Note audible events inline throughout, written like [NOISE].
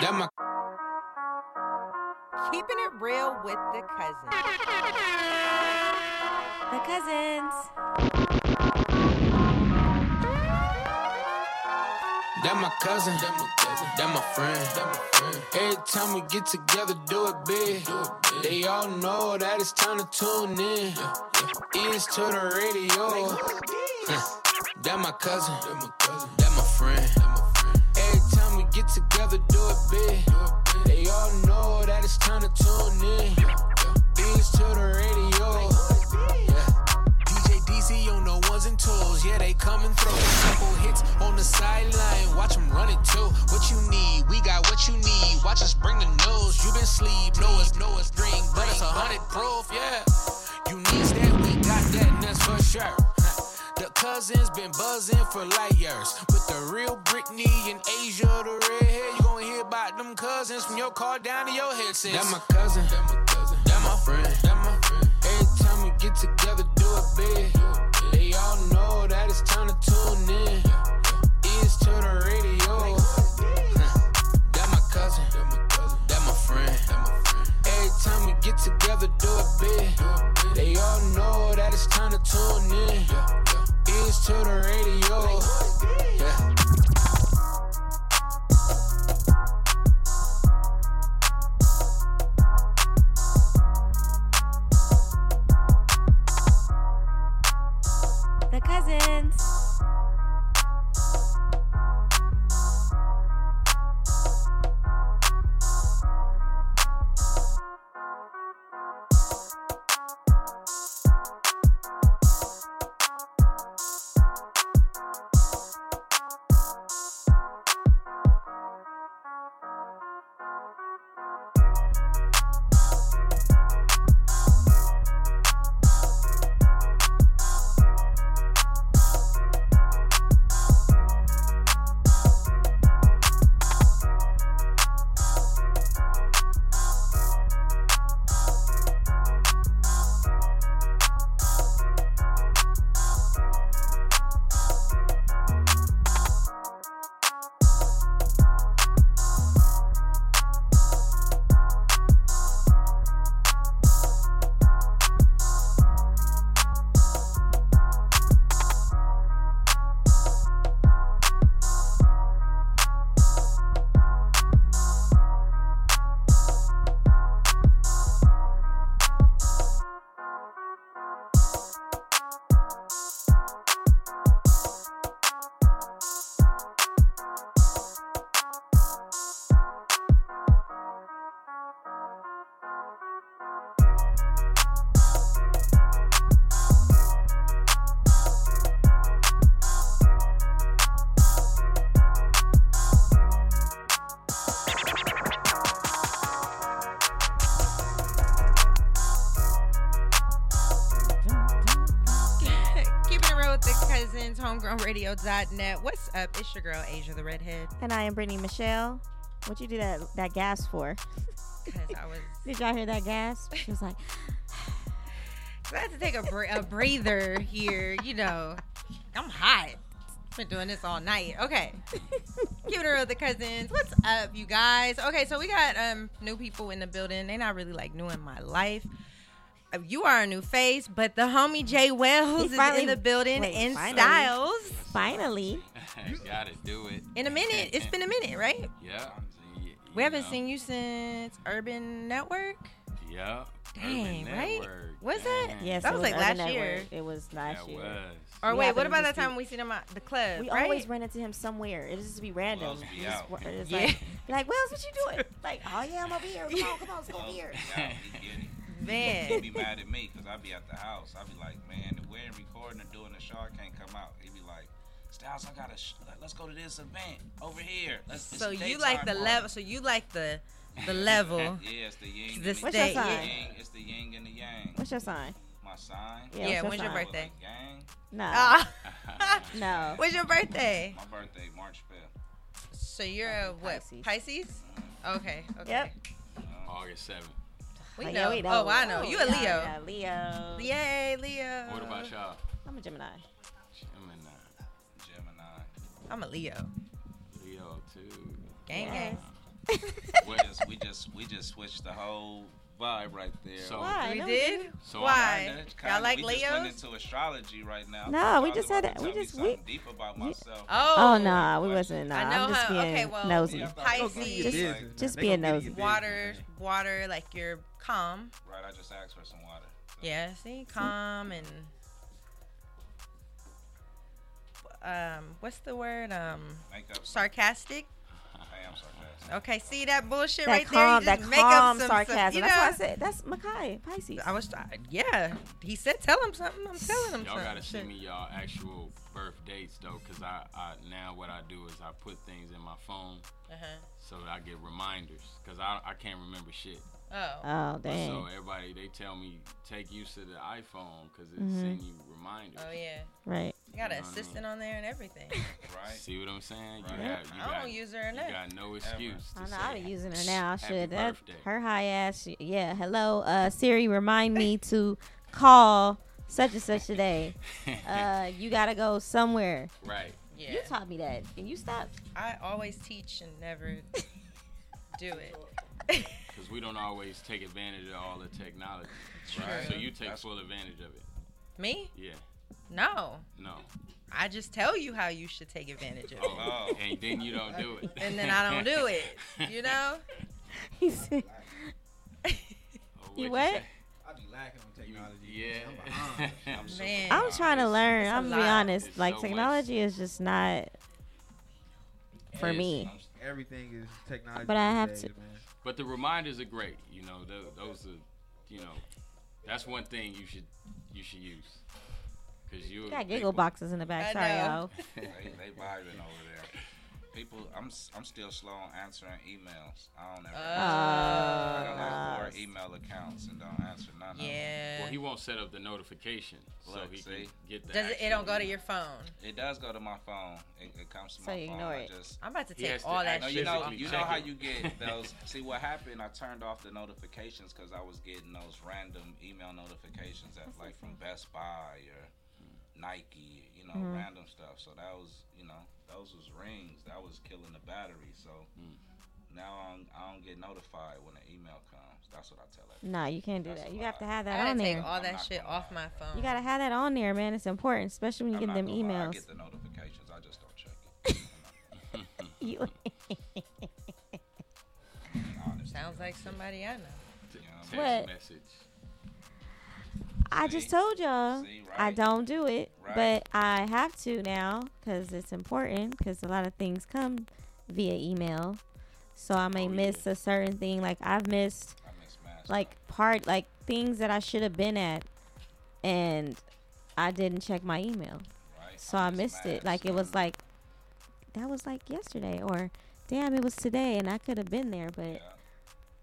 That my Keeping it real with the cousins. The cousins. that my cousin, that my cousin, that my friend. Every time we get together, do it big. They all know that it's time to tune in. Ears to the radio. [LAUGHS] that my cousin, that my friend. Every time we get together, do it big. They all know that it's time to tune in. Ears to the radio. Yeah. DJ DC on the ones and twos, yeah, they coming through. Couple hits on the sideline, watch them run it too. What you need, we got what you need. Watch us bring the news. You been sleep, know it's, know it's green, but it's a hundred proof, yeah. You need that, we got that, and that's for sure. The cousins been buzzing for light years. With the real Britney and Asia, the red hair, you gon' hear about them cousins from your car down to your head, sis. That my cousin, that my cousin, that my friend, that my friend. Every time we get together, do it big. They all know that it's time to tune in. Ears to the radio. That my cousin, that my friend. Every time we get together, do it big. They all know that it's time to tune in. Ears to the radio. Yeah. The cousins. [LAUGHS] Keeping it real with the cousins. HomegrownRadio.net. What's up? It's your girl Asia the redhead. And I am Brittany Michelle. What you do that that gas for? Cause I was. Did y'all hear that [LAUGHS] gasp? She was like, I had to take a, br- a breather here. You know, I'm hot. Been doing this all night. Okay. Keeping it real with the cousins. What's up, you guys? Okay, so we got um new people in the building. They not really like new in my life. Uh, You are a new face, but the homie Jay Wells He is finally- in the building wait, in finally. Styles. finally. [LAUGHS] Gotta do it. In a minute. It's been a minute, right? Yeah. We haven't seen you since Urban Network. Yep. Dang, Urban right? Network. Was that- Dang. Yes, That it was like Urban last Network. year. It was last That year. was. [LAUGHS] Or We wait, haven't what about even that time seen- we seen him at the club? We right? always run into him somewhere. It just be random. Wells be It's just out. wa- [LAUGHS] it's Yeah. like, be like, Wells, what [LAUGHS] you doing? Like, oh yeah, I'm over here. Come on, come on, let's go over here. Yeah, we get it. He Man, be mad at me because I be at the house. I be like, man, if we're recording or doing a show, I can't come out. He be like, Styles, I gotta, sh- like, let's go to this event over here. Let's, it's so you daytime like the party." level? So you like the the level? [LAUGHS] Yeah, it's the yin. The and the What's your state, yeah. sign? yang. It's the yin and the yang. What's your sign? My sign. Yeah, Yeah, what's when's your your sign? birthday? [LAUGHS] Like yang. No, Ah. [LAUGHS] [LAUGHS] no. When's your birthday? My birthday March fifth. So you're a what? Pisces. Pisces? Okay. Okay. Uh-huh. Yep. August 7th. We Oh, know. yeah, we Oh, I know. Oh, You a Leo. yeah, yeah, Leo. Yay, Leo. What about y'all? uh, I'm a Gemini. Gemini, Gemini. I'm a Leo. Leo too. Gang Wow. gang. We just, we just we just switched the whole vibe right there. So- Why? Oh, we No, did? So Why? Kinda, kinda. Y'all like we Just went Leos? into astrology right now. No, we Y'all just had about to it- tell we me just- we- something deep about myself. Oh, no, we wasn't. Nah, I know I'm just how- being okay, well, nosy. Yeah, Oh, I thought- Pisces. Just- just being nosy. Water, water, like you're calm. Right, I just asked for some water. Yeah, see, calm and um, what's the word? Um, Make up. sarcastic. I am sarcastic. Okay, see that bullshit That right calm, there. You that just make calm up some, sarcasm. Some, you know, That's why I said that's Makai Pisces. I was, I, yeah. He said, "Tell him something." I'm telling him Y'all something. gotta Shit. send me y'all actual birth dates though, cause I, I now what I do is I put things in my phone Uh-huh. so that I get reminders, cause I, I can't remember shit. Oh, oh dang. So everybody they tell me take use of the iPhone, cause it Mm-hmm. Mhm. send you reminders. oh yeah. right. You got an Mhm. assistant on there and everything. Right. See what I'm saying? You Right. have, you I got, don't use her or you nothing. got no excuse. I To don't know. say I'll be using her now. I happy should. That, birthday. her high ass. she- Yeah. Hello, uh, Siri. Remind me to call such and such today. [LAUGHS] Uh, you gotta go somewhere. right. Yeah. You taught me that, and you stopped. I always teach and never do it. [LAUGHS] Because we don't always take advantage of all the technology. True. So you take That's- full advantage of it. me? Yeah. No. No. I just tell you how you should take advantage of it. Oh. Oh. And then you don't do it. And then I don't do it. [LAUGHS] You know? [LAUGHS] He said, Oh, You what'd what? I be lacking on You technology. yeah. I'm [LAUGHS] behind. [LAUGHS] I'm super Man. behind. "I'm trying to learn. It's a I'm gonna be lot. honest. It's like so much. technology is just not for It is. me. I'm- Everything is technology. But I these have days, to- Man. But the reminders are great. You know, tho- those are, you know, that's one thing you should you should use. Cause you We got giggle [LAUGHS] boxes in the I back. Sorry, know. y'all. They, they vibing over there. People, I'm s- I'm still slow on answering emails. Uh, I don't ever. Oh. answer. I got like Uh, four email accounts and don't answer none Well, Yeah. he won't set up the notification, so Look, he see? can get that. Does it, it don't go to your phone? of them. It does go to my phone. It, it comes to So my you phone. ignore I it. just I'm about to He take has to- all I that No, know you shit. know, physically you check know how it. you [LAUGHS] get those. see what happened? I turned off the notifications because I was getting those random email notifications at like from Best Buy or Nike, you know, Mhm. random stuff. So that was, you know, those was rings. That was killing the battery. So Mm. now I don't, I don't get notified when an email comes. That's what I tell her. No, you can't do That's that. a You have to lot. have I that gotta on take there. all I'm that not shit gonna off lie. my phone. You gotta have that on there, man. It's important, especially when you I'm get not them gonna lie, [LAUGHS] I emails. get the notifications. I just don't check it. You- Honestly, Sounds like somebody I know. T- Yeah, text but- message. I just See? told y'all See, I right. don't do it, Right. but I have to now because it's important. Because a lot of things come via email, so I may Oh, yeah. miss a certain thing. Like I've missed I miss mass. like part like things that I should have been at, and I didn't check my email. right? so I missed it. mass. Like it was like that was like yesterday, or damn, it was today, and I could have been there. But Yeah,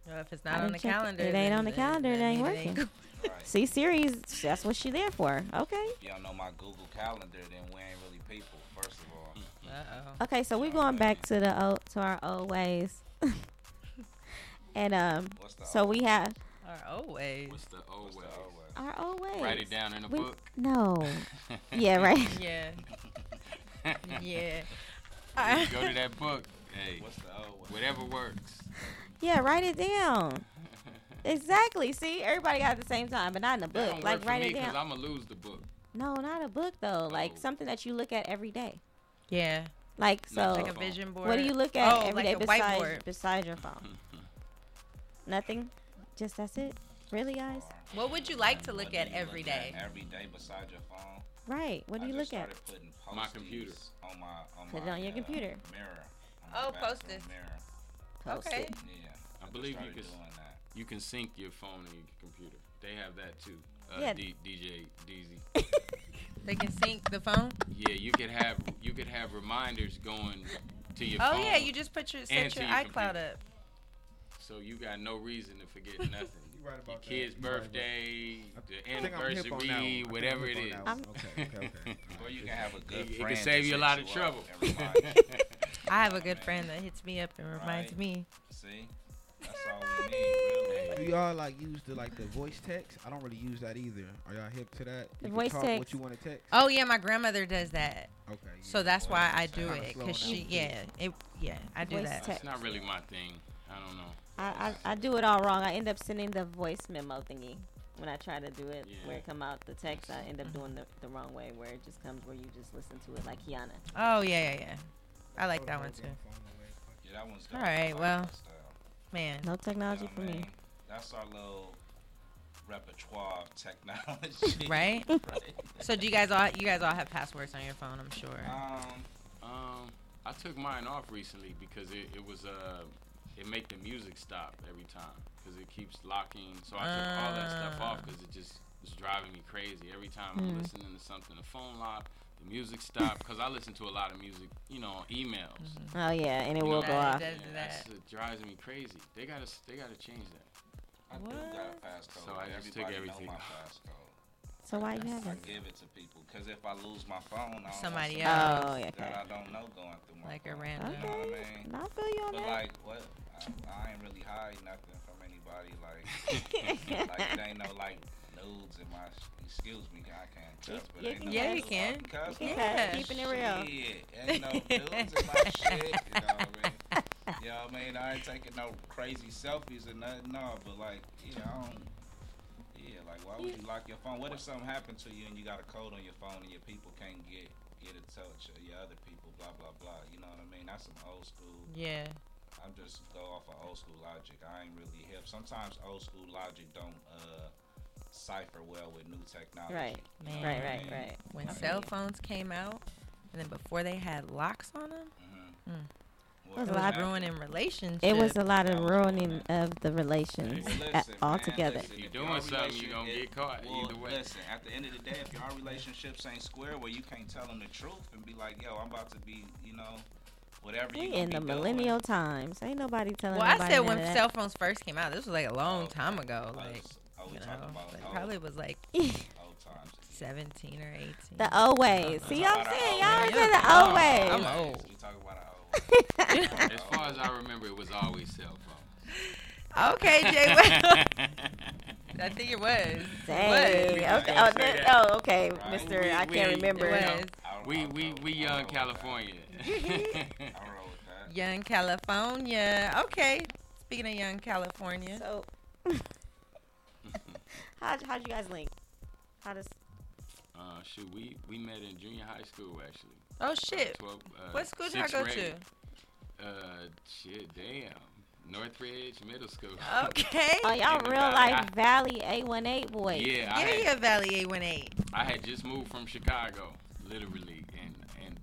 Well, if it's I not on didn't the check it. calendar, It ain't then- on the then- calendar, it then ain't working. right. see, series that's what she there for. Okay, If y'all know my Google Calendar, then we ain't really people. First of all, [LAUGHS] Uh-oh. okay, so we're going back to the old to our old ways, [LAUGHS] and um, what's the so we have Or always. What's the old What's way? the old way? our old ways. Write it down in a We- book. No, [LAUGHS] yeah, [LAUGHS] right. [LAUGHS] Yeah. Yeah. Go to that book. Hey, What's the old way? whatever works. Yeah, write it down. Exactly. See, everybody got it at the same time, but not in a That book. don't work Like for write me it down. I'm gonna lose the book. No, not a book though. Like Oh. something that you look at every day. [LAUGHS] Yeah. Like so. Not Like a phone. vision board. what do you look at Oh, every like day a besides whiteboard. besides your Hmm, phone? Nothing. Just that's it. Really, guys? What would you like to look What do at you every look at day? Every day beside your phone. Right. What do I you just look at? started Putting My Post-its computer. On my on Put it my, on your uh, computer. Mirror. on my Oh, bathroom post-its. Mirror. Post Okay. it. [LAUGHS] Yeah. I just believe you started could s- doing that. You can sync your phone and your computer. They have that too. Uh, Yeah. D- DJ DZ. They can sync the phone. Yeah, you could have you could have reminders going to your Oh phone. yeah, you just put your set and your to your iCloud computer. up. so you got no reason to forget nothing. You your right about that. kid's You right about birthday, that. the I think I'm hip on that one. I anniversary, think I'm whatever hip it on is. that one. Okay, okay, okay. [LAUGHS] Or you can have a good It- it friend. can to save you a set lot of up trouble. and remind [LAUGHS] you. I have a good friend that hits me up and reminds Right. me. See? That's all we need, really. Do y'all like use the like the voice text? I don't really use that either. Are y'all hip to that? The You can voice talk text. What you want to text? Oh yeah, my grandmother does that, Okay. yeah. so that's why I do Kinda it. slow Cause down. she, yeah, it, yeah, I do Voice that. text. It's not really my thing. I don't know. I, I, I do it all wrong. I end up sending the voice memo thingy when I try to do it, Yeah. where it come out the text. I end up doing the, the wrong way, where it just comes where you just listen to it like Kiana. Oh yeah, yeah, yeah. I like that one too. Yeah, that one's All dope. I right, like well, that style. Man, No technology Yeah, for I me. mean, That's our little repertoire [LAUGHS] of technology. Right? [LAUGHS] right. so do you guys all? You guys all have passwords on your phone? I'm sure. Um, Um, I took mine off recently because it, it was uh, it make the music stop every time because it keeps locking. So I took all that stuff Ah. off because it just was driving me crazy every time Hmm. I'm listening to something. The phone lock, the music stop because I listen to a lot of music, you know, on emails. Oh yeah, and it will go Yeah, off. Does Yeah, that. that's, it drives me crazy. They gotta s- they gotta change that. I do got a passcode. So I just took Everybody everything. Know my passcode. So why you have I it? give it to people because if I lose my phone, I don't Somebody want else. Oh, yeah, that okay. I don't know going through my Like a phone. random. You know what I mean? And I feel you on But that. like, what? I, I ain't really hide nothing from anybody. Like, [LAUGHS] like it ain't no like nudes in my. Excuse me, I can't cuss, but You ain't no can- yeah, you nudes. I can. cuss, You no? can. Keeping it real. Shit, ain't no nudes in my shit. You know what I mean? [LAUGHS] You know what I mean? I ain't taking no crazy selfies or nothing. No, but like, yeah, I don't. Yeah, like, why would you lock your phone? What if something happened to you and you got a code on your phone and your people can't get get in touch or your other people? Blah blah blah. You know what I mean? That's some old school. Yeah. I'm just go off of old school logic. I ain't really hip. Sometimes old school logic don't uh cipher well with new technology. Right, Man. right, right, right. When I cell mean- phones came out, and then before they had locks on them, Mm-hmm. Mm. Well, It it was was happened- ruining relationships. It was a lot I of was doing ruining of the relations Well, a- listen, man, altogether. listen, You if doing your something, you relation- gonna if- get caught well, either way. Listen, at the end of the day, if your relationships ain't square where you can't tell them the truth and be like, yo, I'm about to be, you know, whatever We you in the gonna be doing. millennial times. Ain't nobody telling Well, I nobody said none when of that. cell phones first came out, this was like a long Oh, time ago. Oh, Like, s- oh, we you know, talking about like, old, probably was like old times. 17 or 18. the old ways. See, y'all About saying our y'all old into ways. the old I'm [LAUGHS] ways. old. We talking about our [LAUGHS] old. As far as I remember, it was always cell [LAUGHS] phone. okay, [LAUGHS] Jay. Well, [LAUGHS] I think it was. Dang. It was. Okay. gonna Oh, say no- that. oh, okay, Right. Mister. We- I we can't ain't- It remember. was. I- We I'll we go- we I'll young roll with that. California. [LAUGHS] [LAUGHS] I'll roll with that. Young California. Okay. Speaking of Young California. So, how how'd you guys link? How does uh, shoot, we we met in junior high school actually. oh, Uh, shit. 12, uh, What school did I sixth go grade. to? Uh, shit, damn. Northridge Middle School. Okay. Oh, y'all In the real valley. life Valley 818 boys. [LAUGHS] yeah, I Yeah, had, yeah, Valley 818. I had just moved from Chicago, literally, and and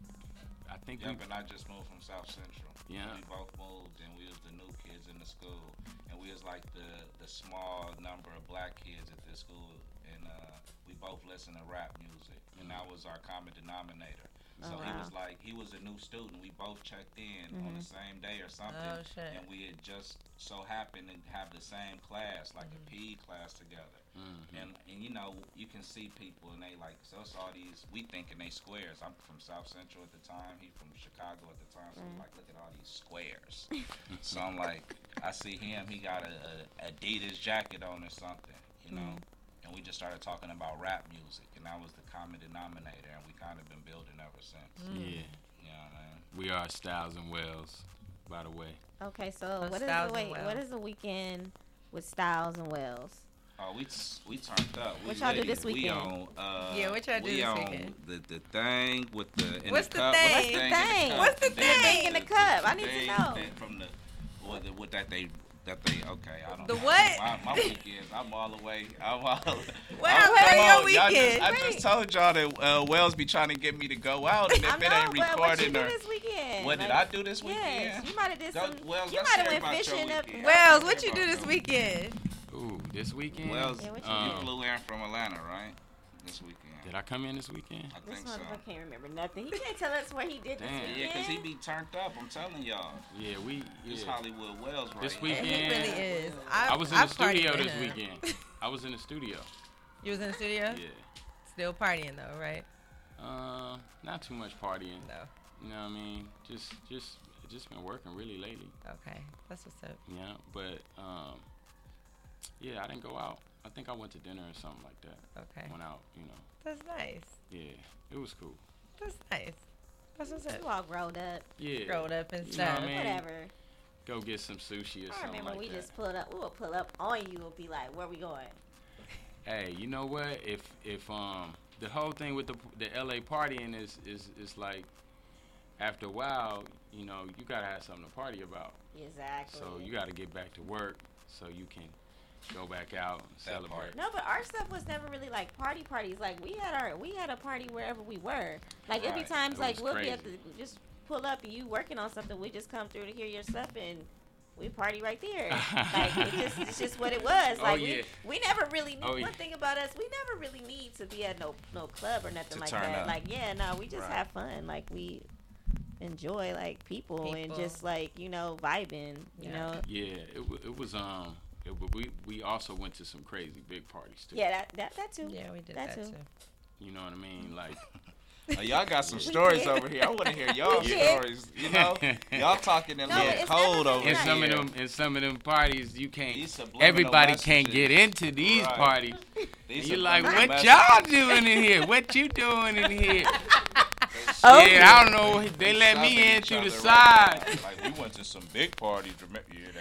I think Yep, and I just moved from South Central. Yeah. We both moved, and we was the new kids in the school, and we was like the the small number of black kids at this school, and uh, we both listened to rap music, and that was our common denominator. So Oh, he wow. was like, he was a new student. We both checked in on the same day or something, Oh, shit. and we had just so happened to have the same class, like a PE class together. we, mm, And, and you know you can see people and they like so it's all these we thinking they squares. I'm from South Central at the time. He from Chicago at the time. So I'm like look at all these squares. [LAUGHS] so I'm like I see him. He got a, a Adidas jacket on or something, you know. And we just started talking about rap music, and that was the common denominator. And we kind of been building ever since. Mm. yeah, You know what I mean? we are Styles and Wells, by the way. Okay, so Oh, what is Styles the and wait, what Wells. is the weekend with Styles and Wells? Oh, we we turned up. We What y'all do lit. this We weekend? on, uh, Yeah, what y'all do we this on weekend? The, the thing with the in What's the the cup. thing? What's the thing? in the thing? What's the cup? What's the thing thing in the that- cup? I the need to thing know. that From the what, the what that they that they okay. I don't The know. what? My, my weekend. I'm all the way. I'm all. [LAUGHS] What I'm, happened to I'm all- your y'all weekend? Just, I just told y'all that uh, Wells be trying to get me to go out, and [LAUGHS] if I it know, ain't but what you recording do or this weekend? what did I Like, do this weekend? Yes, you might have did some. Don't- Wells, you let's might have hear went about your fishing up. weekend. Wells, what you do this weekend? Ooh, this weekend. Wells, Yeah, what you you um, flew in from Atlanta, right? This weekend. Did I come in this weekend? I This think so. motherfucker can't remember nothing. He can't tell us where he did this Damn. weekend. Yeah, because he be turned up. I'm telling y'all. Yeah, we. It's Yeah. Hollywood Wells right This now. weekend. He really is. I was in the I've partied studio with this him. weekend. I was in the studio. [LAUGHS] You was in the studio? Yeah. Still partying though, right? Uh, not too much partying. No. You know what I mean? Just, just, just been working really lately. Okay. That's what's up. Yeah, but um, Yeah, I didn't go out. I think I went to dinner or something like that. Okay. Went out, you know. That's nice. Yeah, it was cool. That's nice. That's what's You up. all grown up. Yeah. Rolled up and You know what stuff. I mean? Whatever. Go get some sushi or I something remember like we that. just pulled up. We'll pull up on you and be like, "Where we going?" Hey, you know what? If if um the whole thing with the the LA partying is is is like after a while, you know, you gotta have something to party about. Exactly. So you gotta get back to work so you can go back out and celebrate. No, but our stuff was never really like party parties. Like we had our we had a party wherever we were. Like it'd be Right. times It like was we'll be at the crazy. just pull up and you working on something. We just come through to hear your stuff and we party right [LAUGHS] there. like it just it's just what it was. Oh, Like yeah. we, we never really knew Oh, one yeah. thing about us. We never really need to be at no no club or nothing To like turn that. up. Like yeah, no, we just Right. have fun. Like we enjoy like people, and People. just like you know vibing. You Yeah. know. Yeah, it, w- it was um it, w- we we also went to some crazy big parties too. Yeah, that that, that too. Uh, Yeah, we did That that, too. too. You know what I mean? [LAUGHS] Like Oh, y'all got some We stories did. over here. I want to [LAUGHS] hear y'all We did. stories. You know, [LAUGHS] y'all talking them No, little it's never cold been over in here. Right. some of them in some of them parties you Oh, These can't subliminal everybody can't messages. get into these Right. parties. These And you're like, what subliminal messages. y'all doing in here? What you doing in here? Oh. Yeah, I don't know. They We let me stopping in each through the other right side. now. like we went to some big parties. Remember, yeah,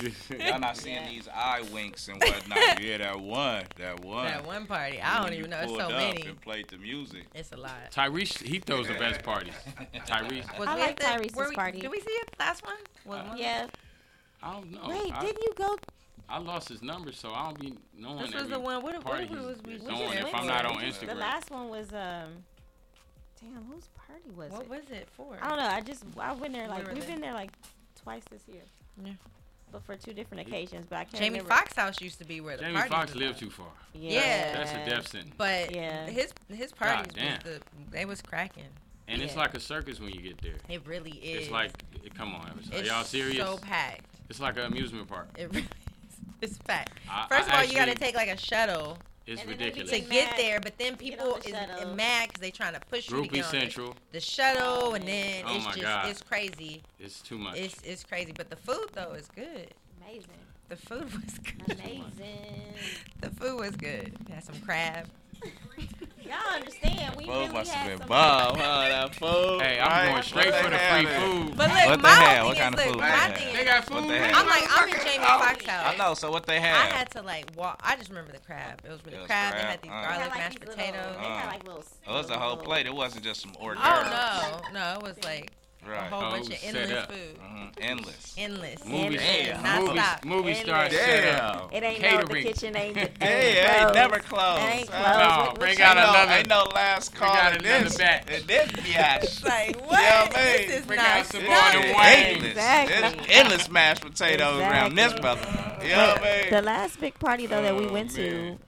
[LAUGHS] one. Y'all not seeing these eye winks and whatnot. Yeah, that one. That one. That one party. I don't When you even know. It's pulled so up many. And played [LAUGHS] the music. It's a lot. Tyrese, he throws the best parties. Tyrese, Was I we like at the, Tyrese's were we, party. Did we see it last one? Was Uh, one- Yeah. I don't know. Wait, oh, I, didn't you go I lost his number, so I don't be knowing. This was every the one. What, party what, he's- was we? he's we What, doing just was if went I'm to not it. on Just The Instagram. last one was um, damn, whose party was what it? was it for? I don't know. I just I went there We like were we have there. been there like twice this year. Yeah. But for two different occasions, but I can't Jamie remember. Foxx house used to be where the Jamie party Foxx was lived at. too far. Yeah. That's a death sentence. But Yeah. his his parties was damn. the they was cracking. And it's Yeah. like a circus when you get there. It really is. It's like, come on, Emerson. are It's y'all serious? So packed. It's like an amusement park. It [LAUGHS] really is. It's packed. I- First I of all, you got to actually- take like a shuttle It's And then they be ridiculous. to Really? get Mad. there, but then Get people on the is shuttle. mad because they trying to push you to Groupie get on the- Central. The, shuttle, Oh, and then man. Oh it's my just God. it's crazy. It's too much. It's it's crazy. But the food though is good. [LAUGHS] Amazing, The food was [LAUGHS] good. amazing. The food was good. They had some crab. Y'all understand? We Food really must had have been some- bomb, huh? That food. hey, I'm right? going straight What for the they free having? food. But look, What they my whole had? thing What kind is, of look, food my they had? thing They is, got What food. the man. hell? I'm like, I'm in Jamie Foxx house. I know. So what they I have? had to like walk. I just remember the crab. It was really It was crab. They crab, had these uh. They garlic had, like, mashed these little- potatoes. They had Uh, like little. it was a whole little- plate. It wasn't just some hors d'oeuvres. Oh no, no, it was like a Right. whole Oh, bunch of set endless up. food, Mhm. Endless. endless, Movie, Damn. Not movie, stop. movie star Endless. set up. It ain't no. The Catering. kitchen [LAUGHS] ain't. ain't Yeah, it ain't closed. never closed. It ain't huh? closed. No, What- what bring you- out Ain't no, another- ain't no last call. got in another this- batch. in this [LAUGHS] biatch. [LAUGHS] Like what? man. This is Bring not out some done. Gordon endless. Wayne. Exactly. It's endless mashed potatoes around this Exactly. brother. You know what I mean? The last big party though that we Oh, went to man.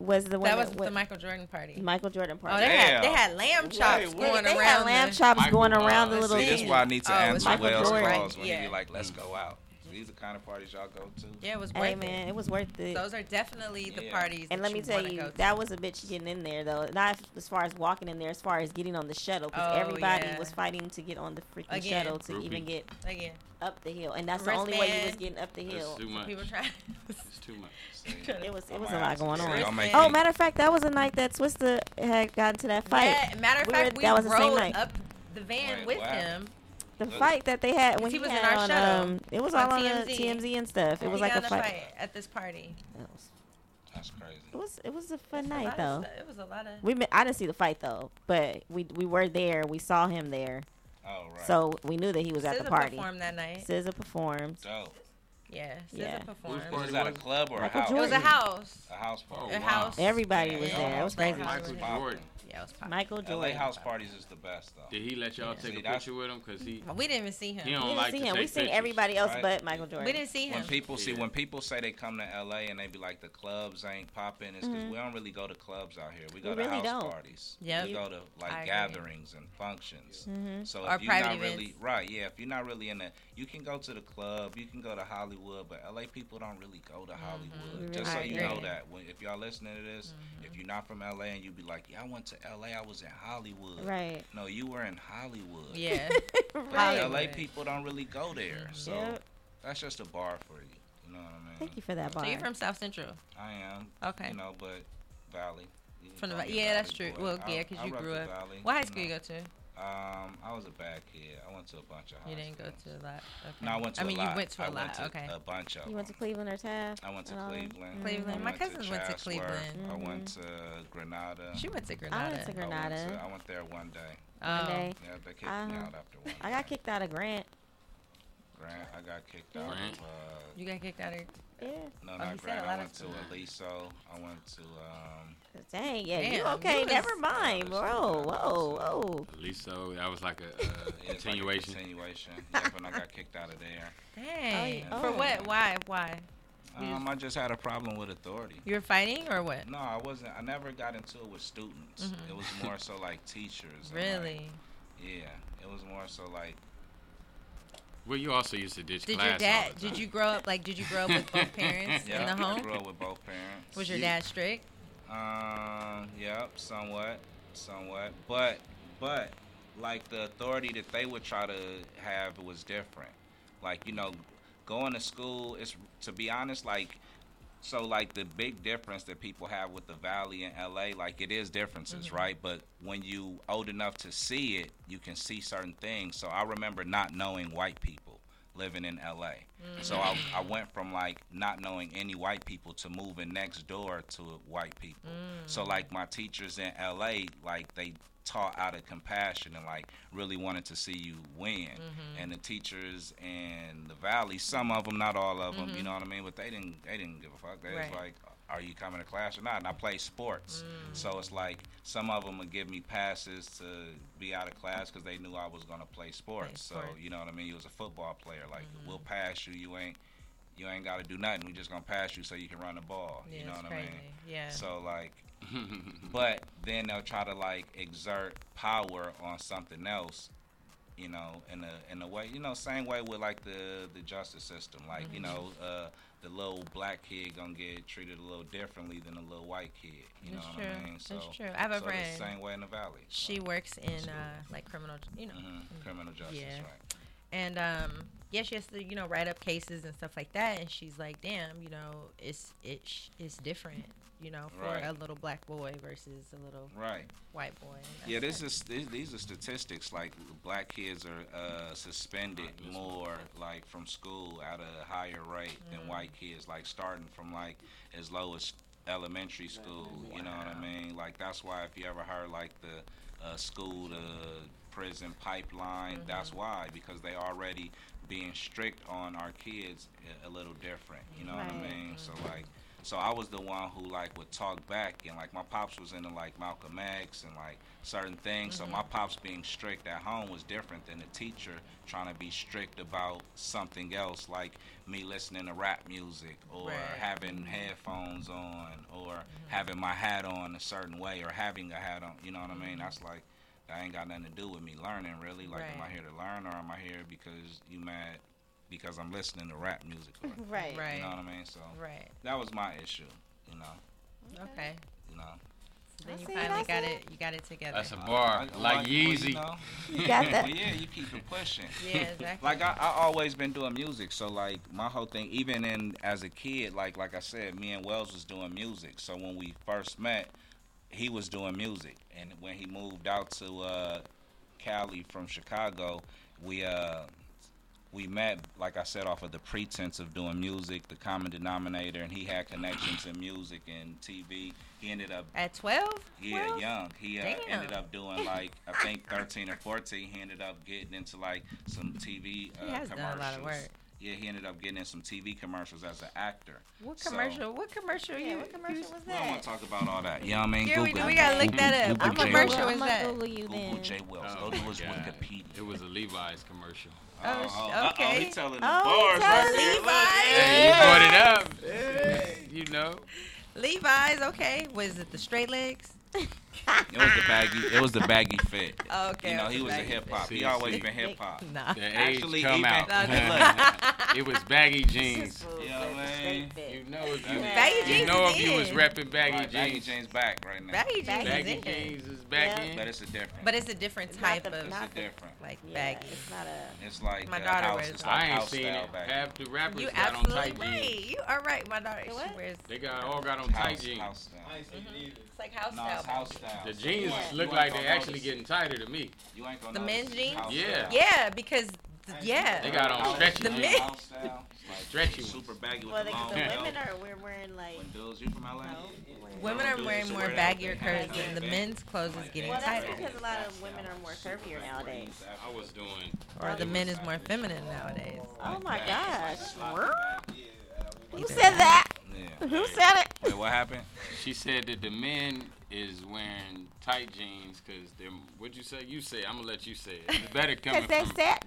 was the one That was went- the Michael Jordan party. Michael Jordan Oh, party. they had they Damn. had lamb chops Wait, what? going they around. had lamb the- chops Michael going around the Wilde. little See, that's thing. why I need to Oh, it's answer uh, Michael Wells' Jordan. calls when he Yeah. be like, let's go out. These are the kind of parties y'all go to. Yeah, it was worth Hey man, it was worth it. it. Those are definitely the Yeah. parties. and that let me you tell wanna you, go to. that was a bitch getting in there though. Not as far as walking in there, as far as getting on the shuttle, because Oh, everybody yeah. was fighting to get on the freaking Again. shuttle to Groupie. even get again. up the hill, and that's the only way you was Wristband. getting up the It's hill. too much. People trying. [LAUGHS] It's too much. [LAUGHS] It was it was I'ma a lot ask going you. on. Y'all make Oh, me- matter of fact, that was the night that Twista had gotten to that fight. Yeah, matter of We were- fact, we that was the same rode night. up the van Wait, with what him. happened? The Really? fight that they had when He he, was in had our on shuttle. um, it was On all on TMZ. the TMZ and stuff. It was like a Tiana fight. Fayette at this party. That was- That's crazy. It was it was a fun A lot night of though. stuff- It was a lot of. We mi- I didn't see the fight though, but we we were there. We saw him there, Oh, right. so we knew that he was at SZA the party. performed that night. SZA performed. Dope. Yeah, SZA Yeah. performed. Who's Was party this at a was it? club or a Michael house? It was a Jordan. house. A house Oh, party. The wow. house. Everybody Yeah, was yeah. there. It was Like crazy. how- Michael Wow. Jordan. Yeah, it was popping. Michael LA Jordan. house parties is the best, though. Did he let Yeah. y'all take See, a that's- picture with him? Cause he Well, we didn't even see he him. don't We didn't like see to him. take We seen pictures. everybody else right? but Michael Jordan. We didn't see him. When people see Yeah. when people say they come to LA and they be like the clubs ain't popping, it's because we don't really go to clubs out here. We go Mm-hmm. We to really house don't. parties. Yep. We go to I like agree. gatherings and functions. Mhm. So Or if you're not private really events. right, yeah, if you're not really in the, you can go to the club, you can go to Hollywood, but LA people don't really go Mm-hmm. to Hollywood. We Just so really you don't. know that when if y'all listening to this, Mm-hmm. if you're not from LA and you be like, yeah, I went to LA, I was in Hollywood. Right. No, you were in Hollywood. Yeah. [LAUGHS] right. LA Hollywood. Mm-hmm. people don't really go there, so Yep. that's just a bar for you. You know what I mean? Thank you for that, So Bar. you're from South Central. I am. Okay. You know, but Valley. You can From the call Va- me a yeah, Valley that's true. boy. Well, I- yeah, 'cause I you rep grew the up- Valley, What high school you go to? Um, I was a bad kid. I went to a bunch of high You didn't go schools. to a lot. Okay. No, I went to I a mean, lot. you went to I a lot. to okay. A bunch of you went to them. Cleveland or Taft? I went to and all that? Cleveland. Cleveland. I My went to cousins went to Chatsworth. Cleveland. I went to Mm-hmm. Granada. She went to I Grenada. went to I went to- Grenada I went there one day. one Oh. day. Yeah, they kicked me Uh-huh. out after one. I got day. kicked out of Grant. Grant, I got kicked out Grant. of. Uh, Oh, You got kicked out of. Yeah. no, Oh, he not said Grant. a I lot of went to stuff. Aliso. I went to. Um, Dang, yeah, you Damn, you okay? was- Never mind, Yeah, bro. that's- Whoa, whoa. At least so that was like a uh, yeah, it's like a continuation. continuation. yeah, when I got kicked out of there. [LAUGHS] Dang. Oh, For yeah. what? Why? Why? You Um, I just had a problem with authority. You were fighting or what? No, I wasn't. I never got into it with students. Mhm. It was more so like teachers. and, like, Really? yeah, it was more so like Well, you also used to ditch Did class. your all dad? the Did time. you grow up like? Did you grow up with both parents [LAUGHS] yeah. in the I home? grew up with both parents. Was your You- dad strict? Um, yep, somewhat, somewhat, but but like the authority that they would try to have was different. Like you know, going to school is to be honest, like so like the big difference that people have with the Valley and LA, like it is differences, Mm-hmm. right? But when you old enough to see it, you can see certain things. So I remember not knowing white people living in LA. So I, I went from like not knowing any white people to moving next door to white people. So like my teachers in LA, like they taught out of compassion and like really wanted to see you win. And the teachers in the valley, some of them, not all of them, you know what I mean. But they didn't they didn't give a fuck. They Right. was like, are you coming to class or not? And I play sports, so it's like some of them would give me passes to be out of class because they knew I was gonna play sports. sport. So you know what I mean. You was a football player. Like Mm-hmm. we'll pass you. You ain't you ain't got to do nothing. We just gonna pass you so you can run the ball. Yeah, you know it's what crazy. I mean. Yeah. So like, but then they'll try to like exert power on something else, you know, in a in a way, you know, same way with like the the justice system, like you Mm-hmm. know, uh, the little black kid gonna get treated a little differently than the little white kid, you That's know true. what I mean? So, That's true. I have a so friend. the same way in the valley. She works in uh, like criminal, you know, hmm criminal justice, Yeah. right? and um yeah she has to you know write up cases and stuff like that and she's like damn you know it's it's it's different you know for Right. a little black boy versus a little Right. white boy and that's Yeah, it. this is these, these are statistics. Like black kids are uh, suspended Alright, listen. more, like from school at a higher rate than white kids. Like starting from like as low as elementary school. You know what I mean? Like that's why if you ever heard like the uh, school to prison pipeline, that's why because they already being strict on our kids eh, a, a little different. You know what I Right. mean? So like. So I was the one who like would talk back and like my pops was into like Malcolm X and like certain things. So my pops being strict at home was different than a teacher trying to be strict about something else, like me listening to rap music or Right. Mm-hmm. having headphones on or having my hat on a certain way or having a hat on. You know what I Mm-hmm. mean? That's like that ain't got nothing to do with me learning really. Like am I Right. here to learn or am I here because you mad because I'm listening to rap music or Right. [LAUGHS] right you know what I mean? So right that was my issue, you know. okay You know, so then I you see, finally I got see. it you got it together [LAUGHS] That's a bar, I- I like Well, you Yeezy. know, You [LAUGHS] got well, that? yeah, you keep it pushing. yeah exactly Like I, I always been doing music, so like my whole thing, even in as a kid, like like I said, me and Wells was doing music. So when we first met, he was doing music, and when he moved out to uh, Cali from Chicago, we uh, we met, like I said, off of the pretense of doing music, the common denominator, and he had connections in music and TV. He ended up at 12 yeah, young. He uh, damn. ended up doing like I think 13 or 14. He ended up getting into like some TV uh, He has done a lot commercials. of work. Yeah, he ended up getting in some TV commercials as an actor. what So- commercial what commercial Yeah, you what commercial was we don't that? want to talk about all that. You know what I mean? Yeah, we Google. do. We gotta look that up. Google I'm a J. commercial Wells. is that? I'm Google you Google then. J. Wells. Oh Go to my his God. Wikipedia. It was a Levi's commercial. Oh, sh- Uh-oh, okay. he telling the Oh, he bars right telling there. Look, Levi's. Hey, you brought it up. you know. levi's okay was it the straight legs It was the baggy. It was the baggy fit. okay you know, it he the was a baggy hip hop. fit. He always See, been hip hop. nah The age Actually, come [LAUGHS] even- out. No, [LAUGHS] Hey, look, it was baggy jeans. you know what I mean? jean, fit. you know if you, Baggy you jeans know is if you was in. repping baggy Right, Baggy jeans. jeans back right now. Baggy jeans. is Baggy in. jeans is back Yeah. in. But it's a different. But it's a different It's type not the- of it's not a the- different. like Yeah, baggy. It's not a. It's like My uh, daughter house. wears It's them. like I ain't house seen style it. back. Half the rappers You got on absolutely tight right. jeans. You are right. My daughter, she what? wears. They got all got on tight house, jeans. house style. It's like house No, it's style. house style. The So jeans you ain't- look you like ain't they gonna actually notice. getting tighter to me. You ain't gonna The notice. men's jeans? House Yeah. style. Yeah, because yeah, They got on Oh, House- stretchy The house jeans. men- style. [LAUGHS] It's like Stretchy ones. Super baggy with Well, the the, long the belt. women are we're wearing like. When dudes, you from LA? No. women are Dudes wearing more wear that. baggier They curves have than the that men's clothes is getting Well, that's tighter, because a lot of women are more curvier nowadays. I was doing. or the men is more feminine nowadays. Oh my Yeah. gosh! Who said that? [LAUGHS] Yeah. Who said it? Wait, what happened? She said that the men is wearing tight jeans because they're. What'd you say? You say. I'm gonna let you say it. It's better [LAUGHS] coming Because they from, said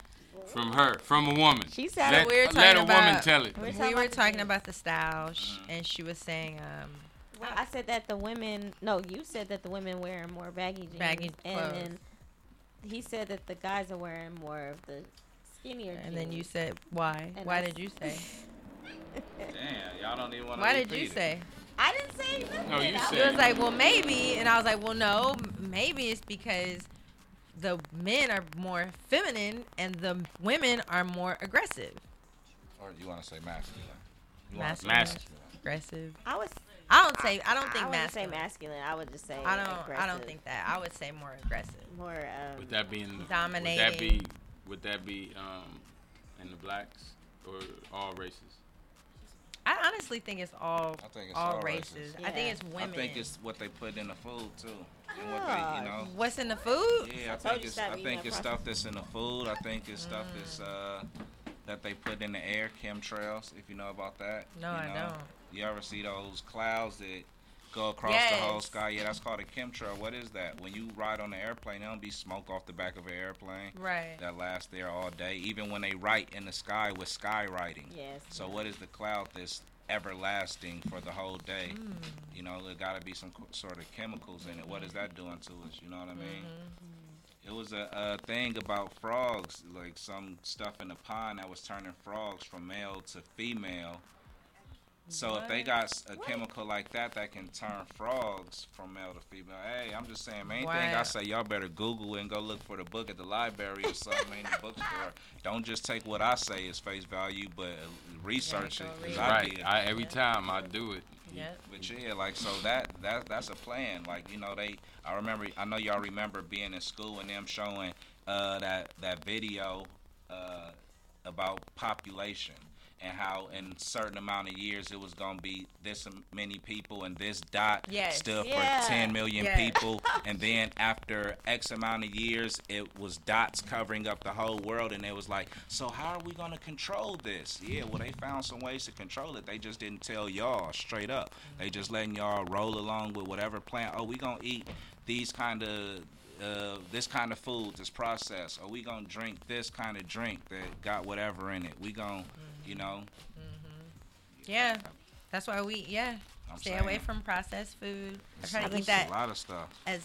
from her, from a woman. She said let, We were let a talking woman about- tell it. We're we talking were about the talking jeans. about the style, sh- and she was saying, um, Well, I said that the women. No, you said that the women wearing more baggy jeans. Baggy and clothes. then he said that the guys are wearing more of the skinnier. and then you jeans. said, why? And Why I- did you say? [LAUGHS] Damn, y'all don't even want to. Why did you say? I didn't say nothing. No, you I It said- was like, well, maybe, and I was like, well, no, m- maybe it's because the men are more feminine and the women are more aggressive, Or you want to say masculine? You wanna say masculine, masculine. aggressive. I was. I don't say. I don't think I wouldn't masculine. say masculine. I would just say. I don't. I don't aggressive. think that. I would say more aggressive. More. Um, Would that be in the, Would that be? Dominating. Would that be um, in the blacks or all races? I honestly think it's all I think it's all, all races. races. I think Yeah. it's I women. think it's what they put in the food too. And what Ah, they, you know. what's in the food. Yeah, I, told think you it's stop I eating think that it's stuff that's in the food. I think it's stuff that's uh that they put in the air, chemtrails, if you know about that. No, you I know? don't. You ever see those clouds that go across the whole Yes. sky? Yeah, that's called a chemtrail. What is that? When you ride on an airplane, there don't be smoke off the back of an airplane Right. that lasts there all day. Even when they write in the sky with skywriting. Yes. So what is the cloud that's everlasting for the whole day? You know, there got to be some co- sort of chemicals in it. What is that doing to us? You know what I mean? It was a, a thing about frogs, like some stuff in the pond that was turning frogs from male to female. So if they got s- a chemical like that that can turn frogs from male to female, hey, I'm just saying, main thing Wow. I say, y'all better Google it and go look for the book at the library or something in the bookstore. Don't just take what I say as face value, but uh, research go it. 'cause read I right. did. I, every time I do it. Yeah. But yeah, like so that that that's a plan. Like you know they, I remember, I know y'all remember being in school and them showing uh, that that video uh, about population and how in certain amount of years it was gonna be this m- many people and this dot Yes. stood Yeah. for ten million Yeah. [LAUGHS] people and then after X amount of years it was dots covering up the whole world and it was like so how are we gonna control this yeah well they found some ways to control it they just didn't tell y'all straight up they just letting y'all roll along with whatever plan oh we gonna eat these kind of uh, this kind of food this processed or we gonna drink this kind of drink that got whatever in it we gonna you know Mm-hmm. Yeah. That's why we yeah. I'm Stay saying, away from processed food. I it's try to it's eat that a lot of stuff as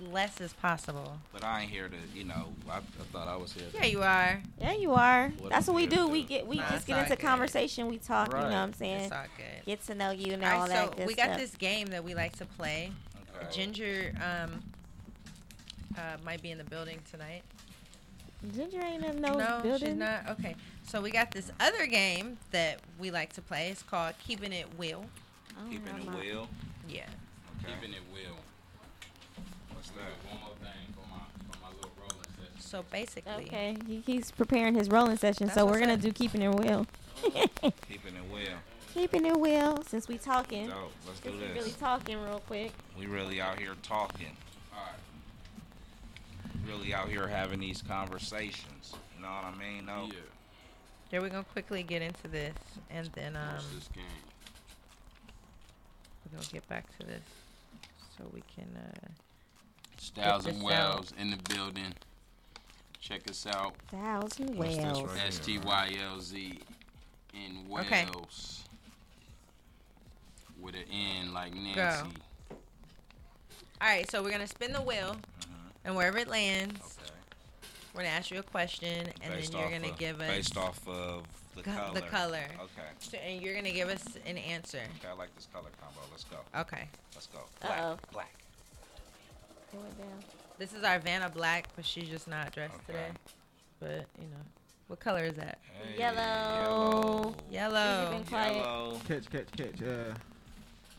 less as possible. but I ain't here to you know I, I thought I was here to Yeah, you are. Yeah, you are. What That's I'm what we here to do. do. We get we Nah, it's just get all into good. conversation. We talk. You know Right. what I'm saying? It's all good. Get to know you and all, All right, that. so good we got stuff. this game that we like to play. Okay. Ginger um uh, might be in the building tonight. Ginger ain't in no, No, building. she's not. Okay, so we got this other game that we like to play. It's called Keeping It Will. I don't keeping know it about- will Yeah. Keeping it will. What's Look, One more thing for my for my little rolling session. So basically, Okay, he, he's preparing his rolling session, That's so what's we're gonna up. do keeping it will. Keeping it well. [LAUGHS] keeping it will since we talking. Dope. Let's do Since we this. really talking real quick. we really out here talking. Really out here having these conversations. You know what I mean? No. Yeah. here we're gonna quickly get into this, and then um, What's this game? we're gonna get back to this, so we can. Uh, Styles and this Wells in the building. Check us out. Thousand What's this wells. right- S T Y L Z in Wells. Okay. With an N like Nancy. all right, so we're gonna spin the wheel, and wherever it lands, Uh-huh. Okay. We're gonna ask you a question, and Based then you're off gonna of- give us based off of the Co- color. the color. Okay. and you're gonna give us an answer. Okay, I like this color combo. Let's go. Okay. Let's go. Black. Uh-oh. Black. It went down. This is our Vanna Black, but she's just not dressed Okay. today. But you know, what color is that? Hey, Yellow. Yellow. She's Quiet. Yellow. Catch, catch, catch. Uh,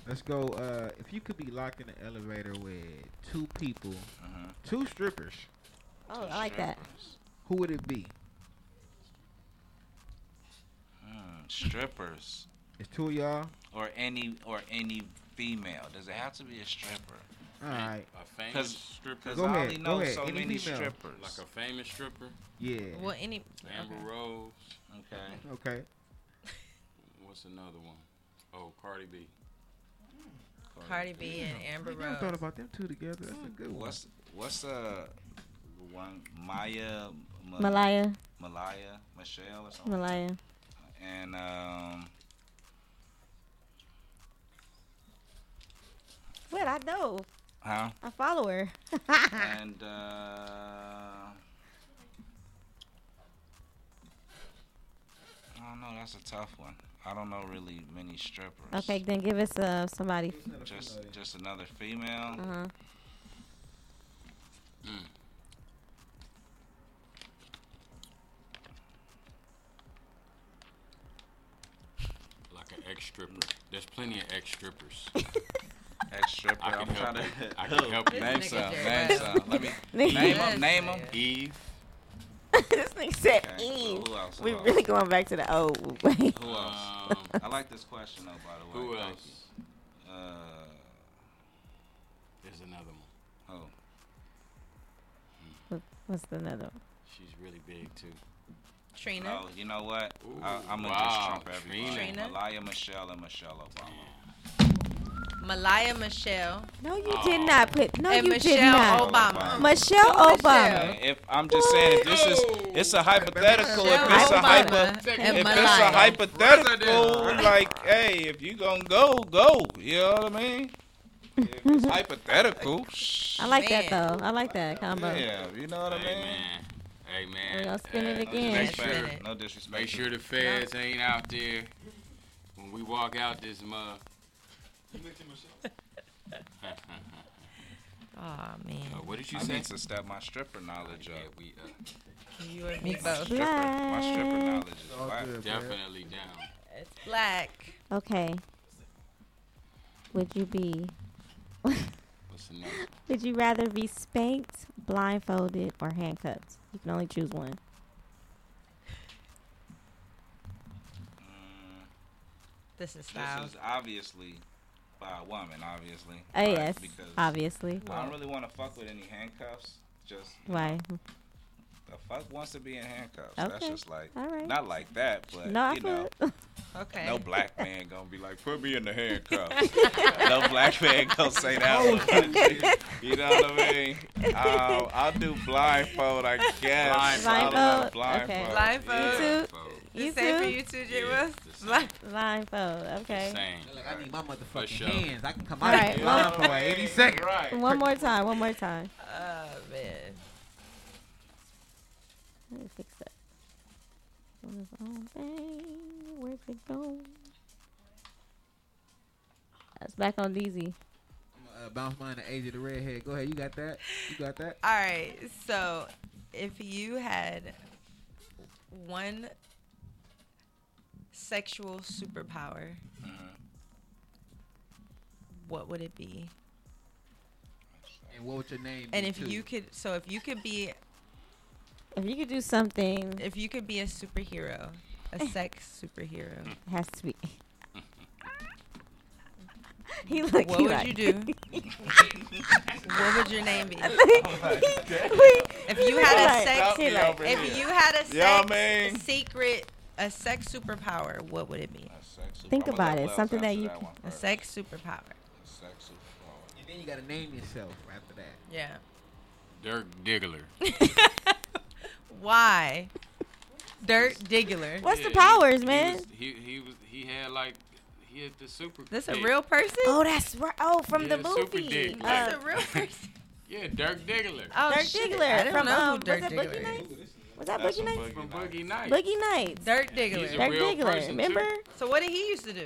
let's go. Uh, if you could be locked in an elevator with two people, Mhm. two strippers, Oh, I like that. Strippers. who would it be? Hmm, strippers. It's two of y'all. Or any or any female. Does it have to be a stripper? All right. A famous 'Cause- stripper, Because Go I ahead, only go know ahead. so Any many female. strippers. like a famous stripper, Yeah. Well, any. Amber okay. Rose. okay. Okay. What's another one? Oh, Cardi B. Cardi B and Amber I never thought Rose. about them two together. That's a good one. What's what's uh the one Maya Ma- Malaya, Malaya Michelle or something? Malaya. And um Well, I know. huh? I follow [LAUGHS] her. and uh I don't know, that's a tough one. I don't know really many strippers. okay, then give us uh, somebody. Just just another female. Uh huh. Like an ex stripper. There's plenty of ex strippers. Ex stripper. I can I'm help trying to you. I can help you. This name nigga Jerry some. Name West. some. Let me this name [LAUGHS] Yes, them. Name them. man. Eve. nigga said Okay, Eve. who else? We Who else? really going back to the [LAUGHS] old way. Who else? Um, [LAUGHS] I like this question though. By the way. who Thank else? you. Uh, There's another one. oh, What's the another one? She's really big too. Trina. no. oh, You know what? I, Ooh, I'm gonna wow, just trump everybody. Trina. Malaya Michelle and Michelle Obama. Malaya Michelle. No, you did Oh. not put. No, and you Michelle did not. Obama. Michelle Michelle. Obama. And if I'm just saying, if this is it's a hypothetical. If Michelle it's a Obama hypo, and if it's a Malaya. hypothetical, like, hey, if you gonna go, go. You know what I mean? If it's hypothetical. I like Man. that though. I like that combo. Yeah, you know what I Hey mean. man. Hey man. We gonna spin it Uh, again. Make Spin sure, it. No disrespect. make sure the feds ain't out there when we walk out this mug. Uh, Oh man, Uh, what did you I say? need to step my stripper knowledge yeah, up. we uh, you and me both. Stripper, my stripper Black. knowledge is All black. good, man. definitely down. It's black. Okay. Would you be? [LAUGHS] What's the next? Would you rather be spanked, blindfolded, or handcuffed? You can only choose one. Mm, This is style. This is obviously by a woman, obviously. Oh right? yes, Because obviously. I don't really want to fuck with any handcuffs. Just Why? the fuck wants to be in handcuffs. That's Okay. just like All right. not like that, but no, I you know, [LAUGHS] feel. okay. no black man gonna be like, put me in [LAUGHS] the handcuffs. no black man gonna say that. one. [LAUGHS] you know what I mean? Um, I'll do blindfold, I guess. I'll do Blindfold? Okay. [LAUGHS] Blindfold. Yeah. Two. Folks, Is You it safe for too. you too, J. Yeah, Will? it's Black. Blindfold. Okay. Same. Like, I need my For motherfucking sure. hands. I can come All out right, of well- line for 80 seconds. Right. One more time. One more time. Oh man. Let me fix that. On his own thing. Where's it going? That's back on DZ. Uh, bounce mine to Asia the redhead. Go ahead. You got that? You got that? All right. So, if you had one sexual superpower, Mm-hmm. what would it be? And what would your name be? And if too? you could, so if you could be, If you could do something, it if you could be a superhero, a sex superhero, has to be. he looked. what he would like- [LAUGHS] you do? what would your [LAUGHS] name be? If you He had a like- sex, he Stop me like- over if here. you had a sex Yeah, man. secret, a sex superpower, what would it be? A sex Think superpower. about Let it. Wells Something that answer you can- one A first. sex superpower. A sex superpower. And then you gotta name yourself after that. Yeah. Dirk Diggler. [LAUGHS] Why? Dirt Diggler. What's the Yeah, he- powers, he man? was- He, he was he had like he had the super. This a dick. real person? oh, that's right. Oh, from Yeah, the super movie. dick, [LAUGHS] Uh, That's a real person. Yeah, Dirk Diggler. Oh, Dirk shit. Diggler I didn't from, know um, who Dirk was it Boogie Diggler is. Nights? Was that Boogie Nights? From Boogie Nights. Boogie Nights. Dirk, Dirk He's Diggler. a- real Diggler. person, too. Remember? So what did he used to do?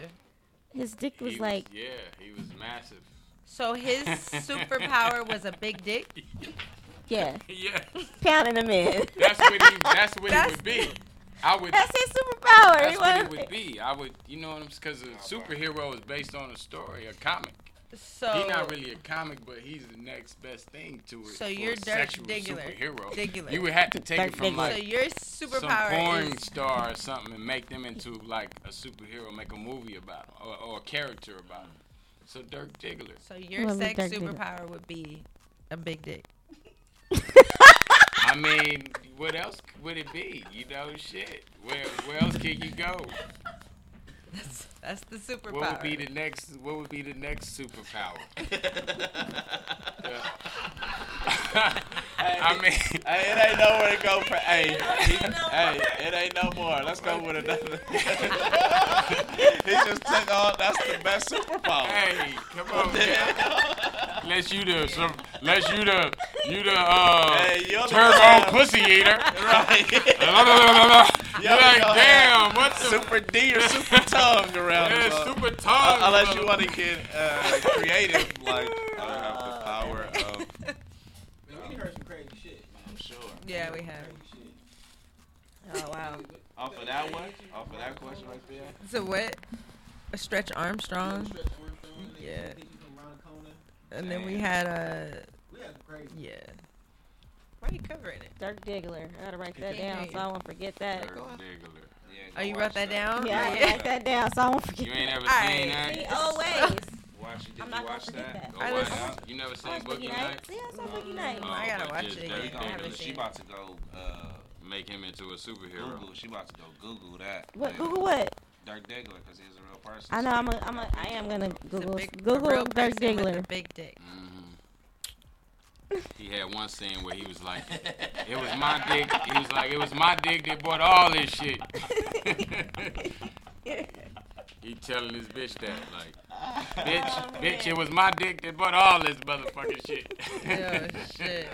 His dick He was like, yeah, he was massive. So his superpower was a big dick. yeah, [LAUGHS] Yeah, pounding him in. [LAUGHS] that's what he. That's what That's- it would be. I [LAUGHS] would. That's his superpower. That's He what it wanna- would be. I would, you know what I'm because a superhero is based on a story, a comic. So He's not really a comic, but he's the next best thing to it. So for you're a Dirk sexual Diggler. superhero. Diggler. You would have to take Dirk it from Diggler. so like your some porn superpower is star or something and make them into like a superhero, make a movie about him or, or a character about him. So Dirk Diggler. so your Well, sex Dirk Diggler. superpower would be a big dick. I mean, what else would it be? You know, shit. Where where else can you go? That's, that's the superpower. What would be the next? What would be the next [LAUGHS] superpower? Yeah. [LAUGHS] I mean, Hey, it ain't nowhere to go for. Hey, he- hey, it ain't no more. Let's go with another. he just took all. That's the best superpower. hey, come on, man. Unless you the, some, unless you the, you the uh, Hey, you're the turbo man. pussy eater. [LAUGHS] right. [LAUGHS] You're Yo, like, yo. damn, what the? super D or super tongue around. Yeah, us all. super Uh, tongue. unless you brother. want to get uh, creative, like I have the power of. Man, we heard some crazy shit. I'm sure. Yeah, we have. shit. Oh wow. Off of that one, off of that question right there. So what? A stretch Armstrong, Yeah. and then we had a We had some crazy. yeah. Why are you covering it? Dirk Diggler. I gotta write that down so I won't forget that. Dirk Diggler. Yeah, Oh, you wrote that down? Yeah, I Yeah. gotta write that down so I won't You forget. ain't ever Alright. seen that. See, [LAUGHS] always. Watch it. Did I'm you not gonna watch forget that? that. Go I watch just- it. You never I seen watched Boogie Nights? Yeah, I saw Boogie Nights. Oh, I gotta but watch just it Dirk She again. I gonna- haven't Diggler. She seen about to go uh, Make him into a superhero. Mm-hmm. Google. She about to go Google that. What Yeah. Google what? Dirk Diggler, because he's a real person. I know so [LAUGHS] I'm a you I'm a gotta I am Google gonna It's him. a Google big- a Google real Dirk person with a Diggler. Big dick. Mm. Mhm. He had one scene where he [LAUGHS] was like, "It was my dick." He was like, "It was my dick that bought all this shit." [LAUGHS] [LAUGHS] he telling his bitch that, like, [LAUGHS] "Bitch, Oh, bitch, it was my dick that bought all this motherfucking shit." Oh, Yeah, [LAUGHS] shit.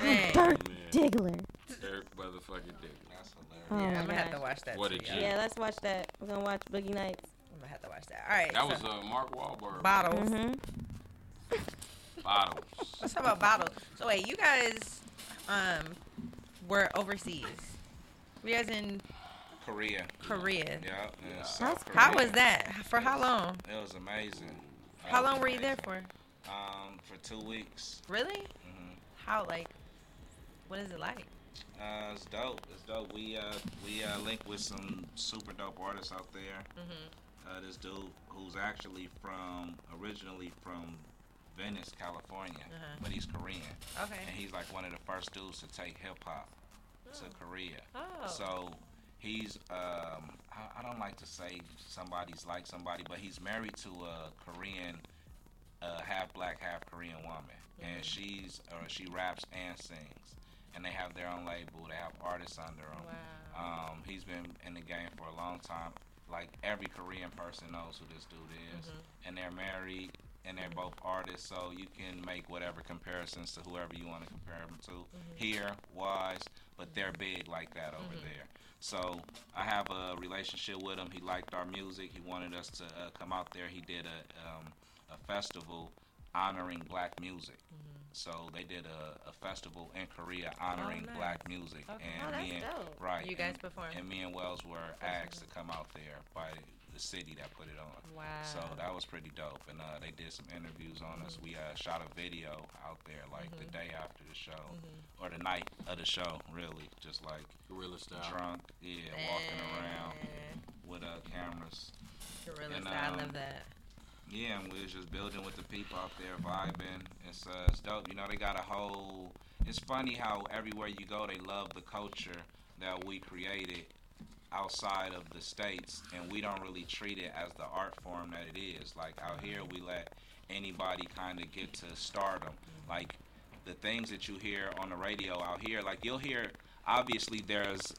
Dang. Dirk man. Diggler. Dirk motherfucking dick. That's Oh hilarious. Yeah, I'm my gonna have to gosh. watch that. What too, a y'all. G. Yeah, let's watch that. We're gonna watch Boogie Nights. I'm gonna have to watch that. All right. That so was uh, Mark Wahlberg. bottles. Mhm. Bottles. Let's talk about bottles. So wait, you guys um were overseas. You guys in Korea. Korea. Yeah. yeah. That's South How Korea. was that? For how long? It was uh, amazing. That How was long were you there amazing. for? Um, for two weeks. Really? hmm How like? What is it like? Uh, it's dope. It's dope. We uh we uh linked with some super dope artists out there. Uh, this dude who's actually from originally from Venice, California, Uh-huh. but he's Korean, and Okay. he's like one of the first dudes to take hip hop to Korea. Oh. So he's um I, I don't like to say somebody's like somebody, but he's married to a Korean, uh, half black, half Korean woman, and she's or she raps and sings, and they have their own label. They have artists under them. Wow. Um, he's been in the game for a long time. Like every Korean person knows who this dude is, Mm-hmm. and they're married. And they're both artists, so you can make whatever comparisons to whoever you want to compare them to. Mm-hmm. Here, wise, but they're big like that over there. So I have a relationship with him. He liked our music. He wanted us to uh, come out there. He did a um, a festival honoring black music. Mm-hmm. So they did a, a festival in Korea honoring Oh, nice. black music, Okay. and Oh, me and that's dope. right, You guys and, performed. and me and Wells were asked to come out there by the city that put it on. Wow. So that was pretty dope, and uh, they did some interviews on us. We uh, shot a video out there, like the day after the show, Mm-hmm. or the night of the show, really, just like Gorilla style. drunk, yeah, walking around And with uh, cameras. Gorilla And, style. I um, love that. Yeah, and we was just building with the people out there, vibing. It's uh, it's dope. You know, they got a whole. It's funny how everywhere you go, they love the culture that we created outside of the states, and we don't really treat it as the art form that it is. Like out here, we let anybody kind of get to stardom. Like the things that you hear on the radio out here, like you'll hear. Obviously, there's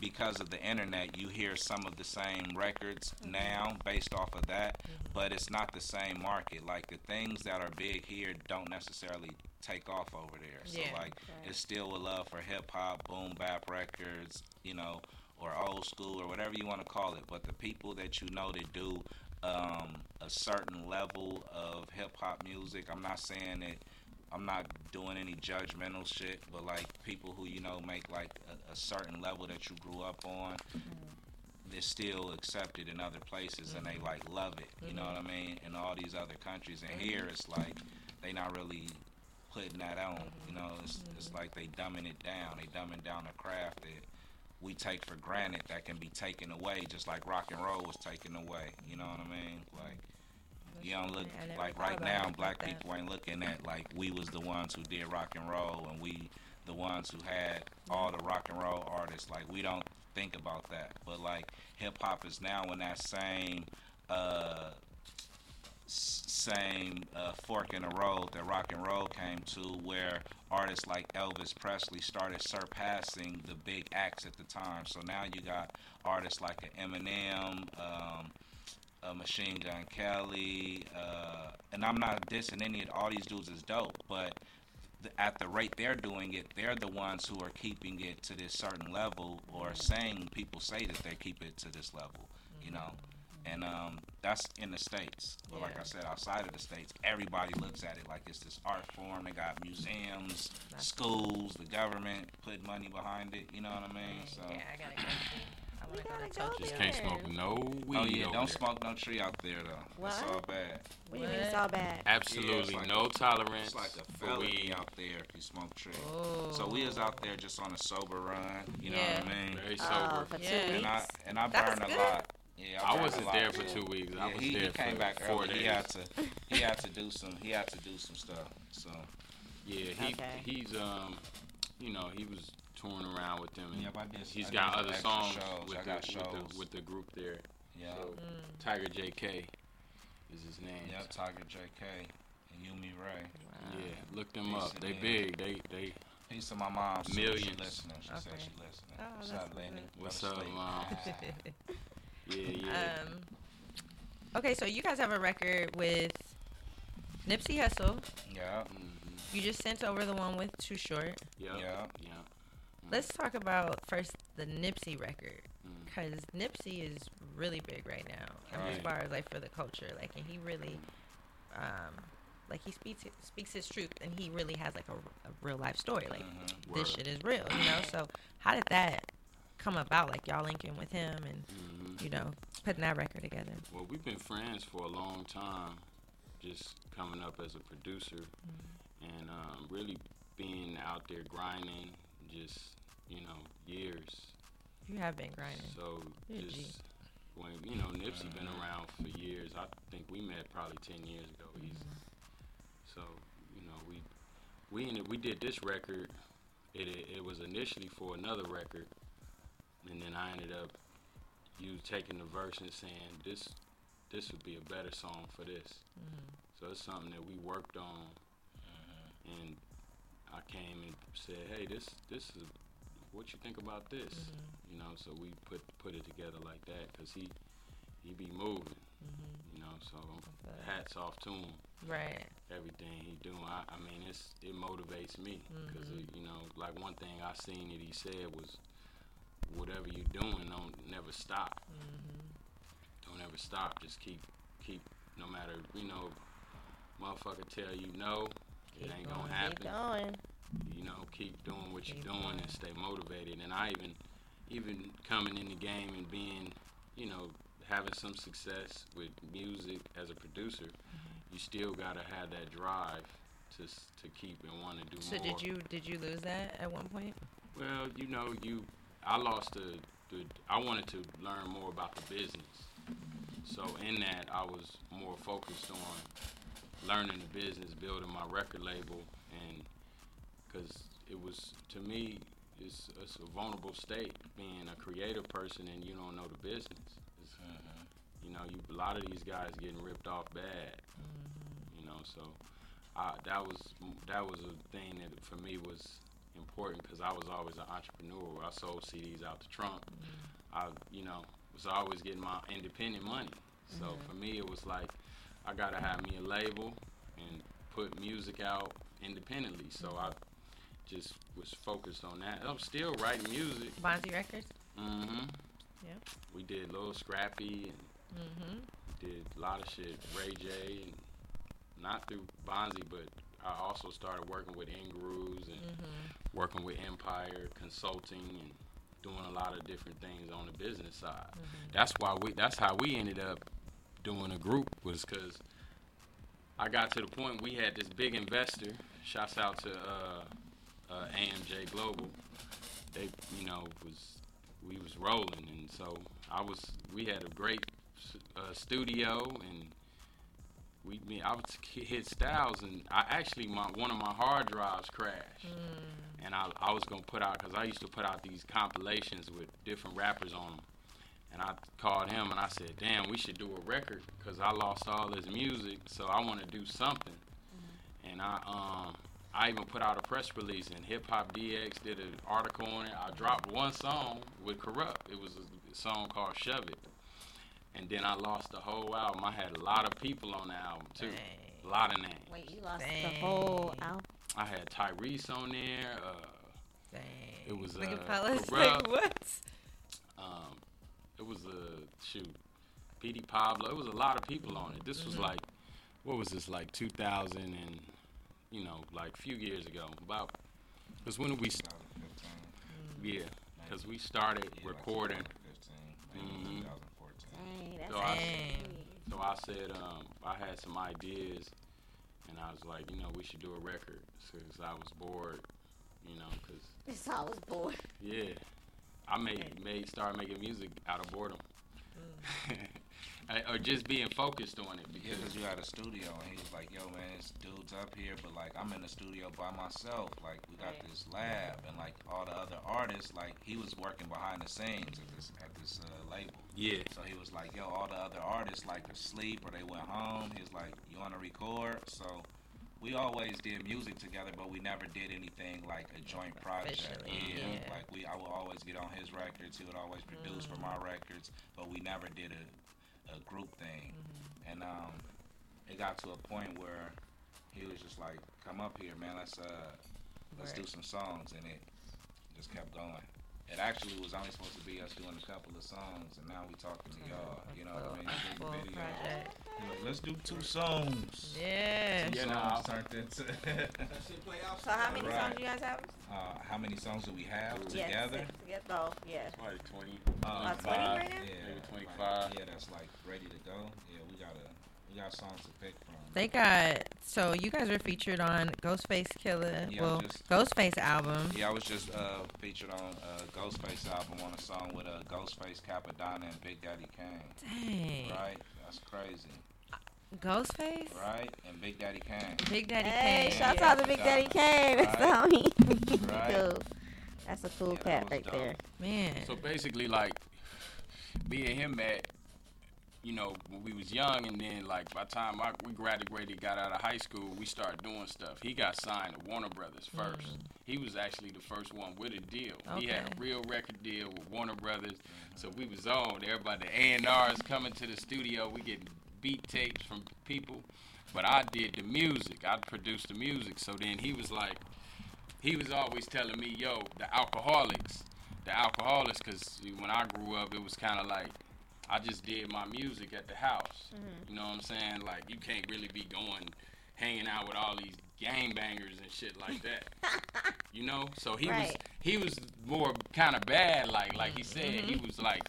because of the internet, you hear some of the same records now based off of that, but it's not the same market. Like the things that are big here don't necessarily take off over there. So Yeah. like it's still a love for hip hop, boom bap records, you know, or old school or whatever you want to call it. But the people that you know that do um, a certain level of hip hop music, I'm not saying that I'm not doing any judgmental shit, but like people who you know make like a, a certain level that you grew up on, they're still accepted in other places and they like love it. You know what I mean? In all these other countries, and here it's like they not really putting that on. You know, it's Mm-hmm. it's like they dumbing it down. They dumbing down a craft that we take for granted that can be taken away, just like rock and roll was taken away. You know what I mean? Like. You don't look I never like thought right about it now. like Black that. people ain't looking at like we was the ones who did rock and roll, and we the ones who had Mm-hmm. all the rock and roll artists. Like we don't think about that, but like hip hop is now in that same uh, s- same uh, fork in the road that rock and roll came to, where artists like Elvis Presley started surpassing the big acts at the time. So now you got artists like a Eminem. Um, uh, Machine Gun Kelly, uh, and I'm not dissing any of all these dudes is dope, but th- at the rate they're doing it, they're the ones who are keeping it to this certain level, or saying people say that they keep it to this level, you know. And um, that's in the states. But like I said, outside of the states, everybody looks at it like it's this art form. They got museums, schools, the government put money behind it. You know what I mean? So. Yeah, I gotta go. I We wanna go gotta to go Tokyo. Just can't there. smoke no weed. Oh over yeah, don't there. smoke no tree out there though. It's What? all bad. What do you mean it's What? all bad? Absolutely Yeah, it's like no a- tolerance It's like a for felony weed. out there if you smoke tree. Oh. So we is out there just on a sober run. You know what I mean? Very Oh, sober. for two Yeah. weeks. And I and I That was burned a good. lot. Yeah, I burned a wasn't lot, there for yeah. two weeks. I Yeah, was he, there he came for back four early. days. He had to he had to do some he had to do some stuff. So Yeah, he Okay. he's um, you know, he was touring around with them. And Yep, I did- he's I got did other extra songs shows. with I the, got with shows. the with the group there. yeah, So Mm, Tiger JK is his name. yeah, Tiger JK and Yumi Ray. Yeah, look them Decent up. They man. big. They they. Peace to my mom. She- She Millions. listening. She said Okay. she listening. Oh, What's that's up, Lenny? good. What's Go to up, sleep. Mom? [LAUGHS] Ah. Yeah, yeah. Uh, um, okay, so you guys have a record with Nipsey Hussle. Yeah. Mhm. You just sent over the one with Too Short. Yep. Yeah. Yeah. Let's talk about first the Nipsey record because Nipsey is really big right now I mean, as Right. far as like for the culture, like and he really, um, like he speaks speaks his truth and he really has like a, a real life story. Like Mhm. this Mm-hmm. Word. shit is real, you know. So how did that come about? Like y'all linking with him and Mhm. you know putting that record together. Well, we've been friends for a long time, just coming up as a producer and um, really being out there grinding, just, you know, years. You have been grinding. So You're a G. just when, you know, Nipsey been around for years. I think we met probably 10 years ago easy. So, you know, we we ended, we did this record. It, it it was initially for another record, and then I ended up you taking the verse and saying this this would be a better song for this. So it's something that we worked on, and I came and said, hey, this this is what you think about this, you know. So we put put it together like that because he he be moving, you know. So feel that. hats off to him Right. everything he doing. I, I mean, it's it motivates me Mm-hmm. because you know, like one thing I seen that he said was, whatever you doing, don't never stop. Mm-hmm. Don't ever stop. Just keep keep. No matter you know, motherfucker tell you no, it Keep ain't going, gonna keep happen Keep going. you know, keep doing what Keep you're doing going. and stay motivated. And I even, even coming in the game and being, you know, having some success with music as a producer, Mm-hmm. you still gotta have that drive to s- to keep and want to do So more. did you did you lose that at one point? Well, you know, you, I lost the, the, I wanted to learn more about the business. So in that, I was more focused on learning the business, building my record label, and because it was to me, it's, it's a vulnerable state being a creative person and you don't know the business. It's, You know, you a lot of these guys getting ripped off bad. You know, so I, that was that was a thing that for me was important because I was always an entrepreneur. I sold CDs out the trunk. I, you know, was always getting my independent money. So for me, it was like I gotta have me a label and put music out independently. So I just was focused on that. I'm still writing music. Bonzi Records. Mm-hmm. Yeah. We did Lil Scrappy and Mm-hmm. did a lot of shit. Ray J, and not through Bonzi, but I also started working with Ingrooves and working with Empire Consulting and doing a lot of different things on the business side. That's why we. That's how we ended up doing a group was because I got to the point we had this big investor. Shouts out to uh, uh, AMJ Global. They, you know, was we was rolling, and so I was. We had a great s- uh, studio, and we. Me, I was k- hit styles, and I actually my one of my hard drives crashed, and I, I was gonna put out because I used to put out these compilations with different rappers on them. And I called him and I said, "Damn, we should do a record because I lost all this music, so I want to do something." And I um I even put out a press release and Hip Hop DX did an article on it. I dropped one song with Corrupt. It was a song called Shove It. And then I lost the whole album. I had a lot of people on the album too. A lot of names. Wait, you lost Dang. the whole album. I had Tyrese on there. Uh, Dang. It was, Look uh, at fellas. [LAUGHS] Like, Corrupt. what? um, it was a shoot, P.D. Pablo. It was a lot of people on it. This was Mm-hmm. like, what was this like 2000 and you know like few years ago. About because when we s- 2015. yeah because we started Mm-hmm. Yeah, like recording. 2015, Mhm. maybe 2014. Dang, that's So I- crazy. So I said um, I had some ideas and I was like, you know, we should do a record because I was bored, you know, because This I was bored. Yeah, I made made start making music out of boredom, Mm. I- [LAUGHS] or just being focused on it Yeah, because because you had a studio, and he was like, "Yo, man, it's dudes up here, but like, I'm in the studio by myself. Like, we got Right. this lab, and like all the other artists, like, he was working behind the scenes at this at this uh, label. yeah, So he was like, "Yo, all the other artists like to sleep or they went home." He's like, "You want to record?" So we always did music together, but we never did anything like a joint project. Officially, yeah. like we, I would always get on his records. He would always produce for Mm. my records, but we never did a a group thing. Mm-hmm. And um, it got to a point where he was just like, "Come up here, man. Let's uh, let's do Right. some songs," and it just kept going. It actually was only supposed to be us doing a couple of songs, and now we talking to y'all. You know what I mean? Big Full video. project. He like, Let's do two songs. Yeah. Two Yeah, songs [LAUGHS] nah. turned into. So how many Right. songs you guys have? [LAUGHS] uh, how many songs do we have Yes, together? six together. Oh, yeah. probably twenty. Uh, About 20 right now? yeah, Maybe like, 25. yeah, that's like ready to go. Yeah, we got a we got songs to pick from. They got so you guys were featured on Ghostface Killer. Yeah, well, just- Ghostface album. Yeah, I was just uh, featured on uh, Ghostface album on a song with uh, Ghostface Capadonna and Big Daddy Kane. Dang, Right, that's crazy. Ghostface, Right, and Big Daddy Kane. Big Daddy Hey, Kane. shouts out to Big Daddy Kane. [LAUGHS] That's the homie. Right. Dope. That's a cool Yeah, cat that was right dope. there. man. So basically, like being him at, you know, when we was young, and then like by the time I, we graduated, got out of high school, we started doing stuff. He got signed to Warner Brothers first. He was actually the first one with a deal. He had Okay. a real record deal with Warner Brothers, so we was on. Everybody, the A and R is coming to the studio. We getting beat tapes from people, but I did the music. I produced the music. So then he was like, he was always telling me, yo, the alcoholics, the alcoholics, because when I grew up, it was kind of like I just did my music at the house. You know what I'm saying? Like, you can't really be going hanging out with all these gangbangers and shit like that. you know? So he was Right. he was more kind of bad, like like he said. He was like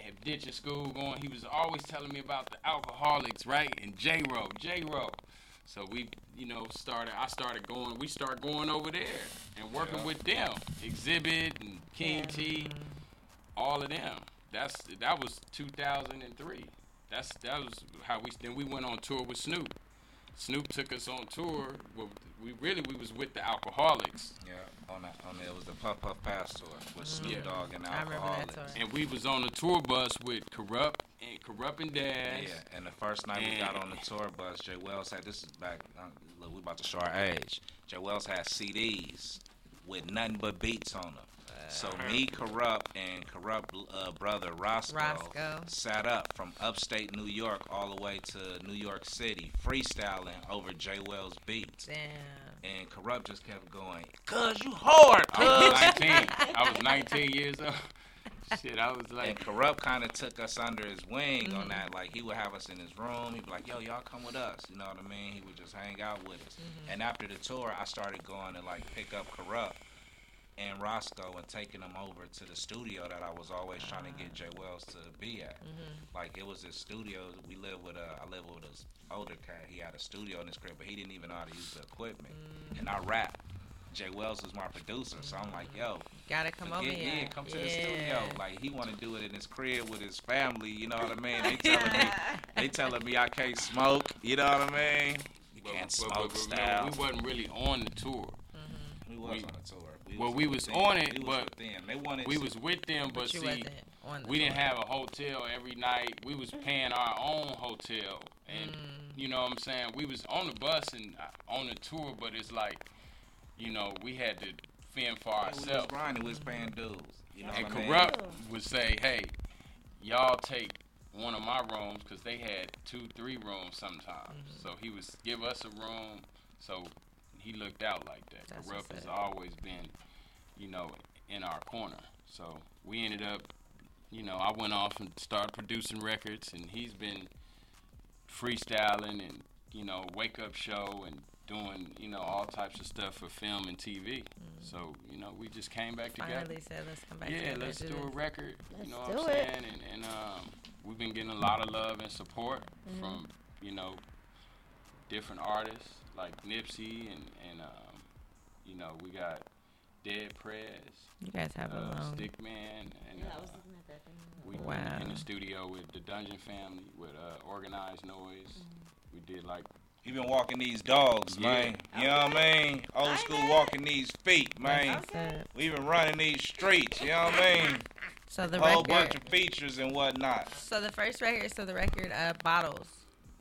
eh, ditching school, going. He was always telling me about the alcoholics, right? And J Ro, J Ro. So we, you know, started. I started going. We started going over there and working Yeah. with them, Exhibit and King Yeah. T, all of them. That's that was 2003. That's that was how we. Then we went on tour with Snoop. Snoop took us on tour. With, we really we was with the Alcoholics, Yeah, on that, on that, it was the Puff Puff Pass tour with Yeah. Snoop Dogg and I remember that Alcoholics. tour. and we was on the tour bus with Corrupt and Corrupt and Dash. Yeah, and the first night we got on the tour bus, Jay Wells had this is back. uh, Look, we about to show our age. Jay Wells had CDs with nothing but beats on them. So me, corrupt, and corrupt uh, brother Roscoe, Roscoe. sat up from upstate New York all the way to New York City, freestyling over J. Wells beats, Damn. and corrupt just kept going, "Cause you hard, Oh, I was cuz." 19. I was 19 years old. [LAUGHS] Shit, I was And like, corrupt kind of took us under his wing on that. Like he would have us in his room. He'd be like, "Yo, y'all come with us." You know what I mean? He would just hang out with us. And after the tour, I started going to like pick up corrupt and Roscoe and taking them over to the studio that I was always trying to get Jay Wells to be at. Like it was his studio. We lived with a, I lived with this older cat. He had a studio in his crib, but he didn't even know how to use the equipment. And I rapped. Jay Wells was my producer, so I'm like, yo, Gotta come over Forget- here. Yeah, come to the Yeah. studio. [LAUGHS] Like he want to do it in his crib with his family. You know what I mean? They telling [LAUGHS] me, they telling me I can't smoke. You know what I mean? You but- can't but- smoke but remember, style. we wasn't really on the tour. we, was we- on a tour. well, we was within- on it, we was but within. they wanted. We to- was with them, but, But you see, wasn't on the we didn't tour. Mm. have a hotel every night. We was paying our own hotel, and you know what I'm saying. We was on the bus and uh, on the tour, but it's like, you know, we had to fend for yeah, we was ourselves. grinding. We was paying dues. You know And what I mean? corrupt would say, "Hey, y'all take one of my rooms because they had two, three rooms sometimes. So he was give us a room. So he looked out like that. That's corrupt what's has up. always been, you know, in our corner. So we ended up, you know, I went off and started producing records, and he's been freestyling and you know, wake up show and doing you know all types of stuff for film and TV. So you know, we just came back together. Finally said, let's come back. Yeah, together let's and do a this. record. Let's you know what I'm do it. saying? And, and um, we've been getting a lot of love and support Mm-hmm. from you know different artists like Nipsey and and um, you know we got Dead Prez, You guys uh, have a long. Stickman, and uh, we we Wow. in the studio with the Dungeon Family with uh, Organized Noise. Mm-hmm. We did like He been walking these dogs, Yeah. man. You know what I mean? Old school walking these feet, man. That's what's up. We been running these streets. You know what I mean? So the A whole bunch record. of features and whatnot. So the first record. So the record. Uh, bottles.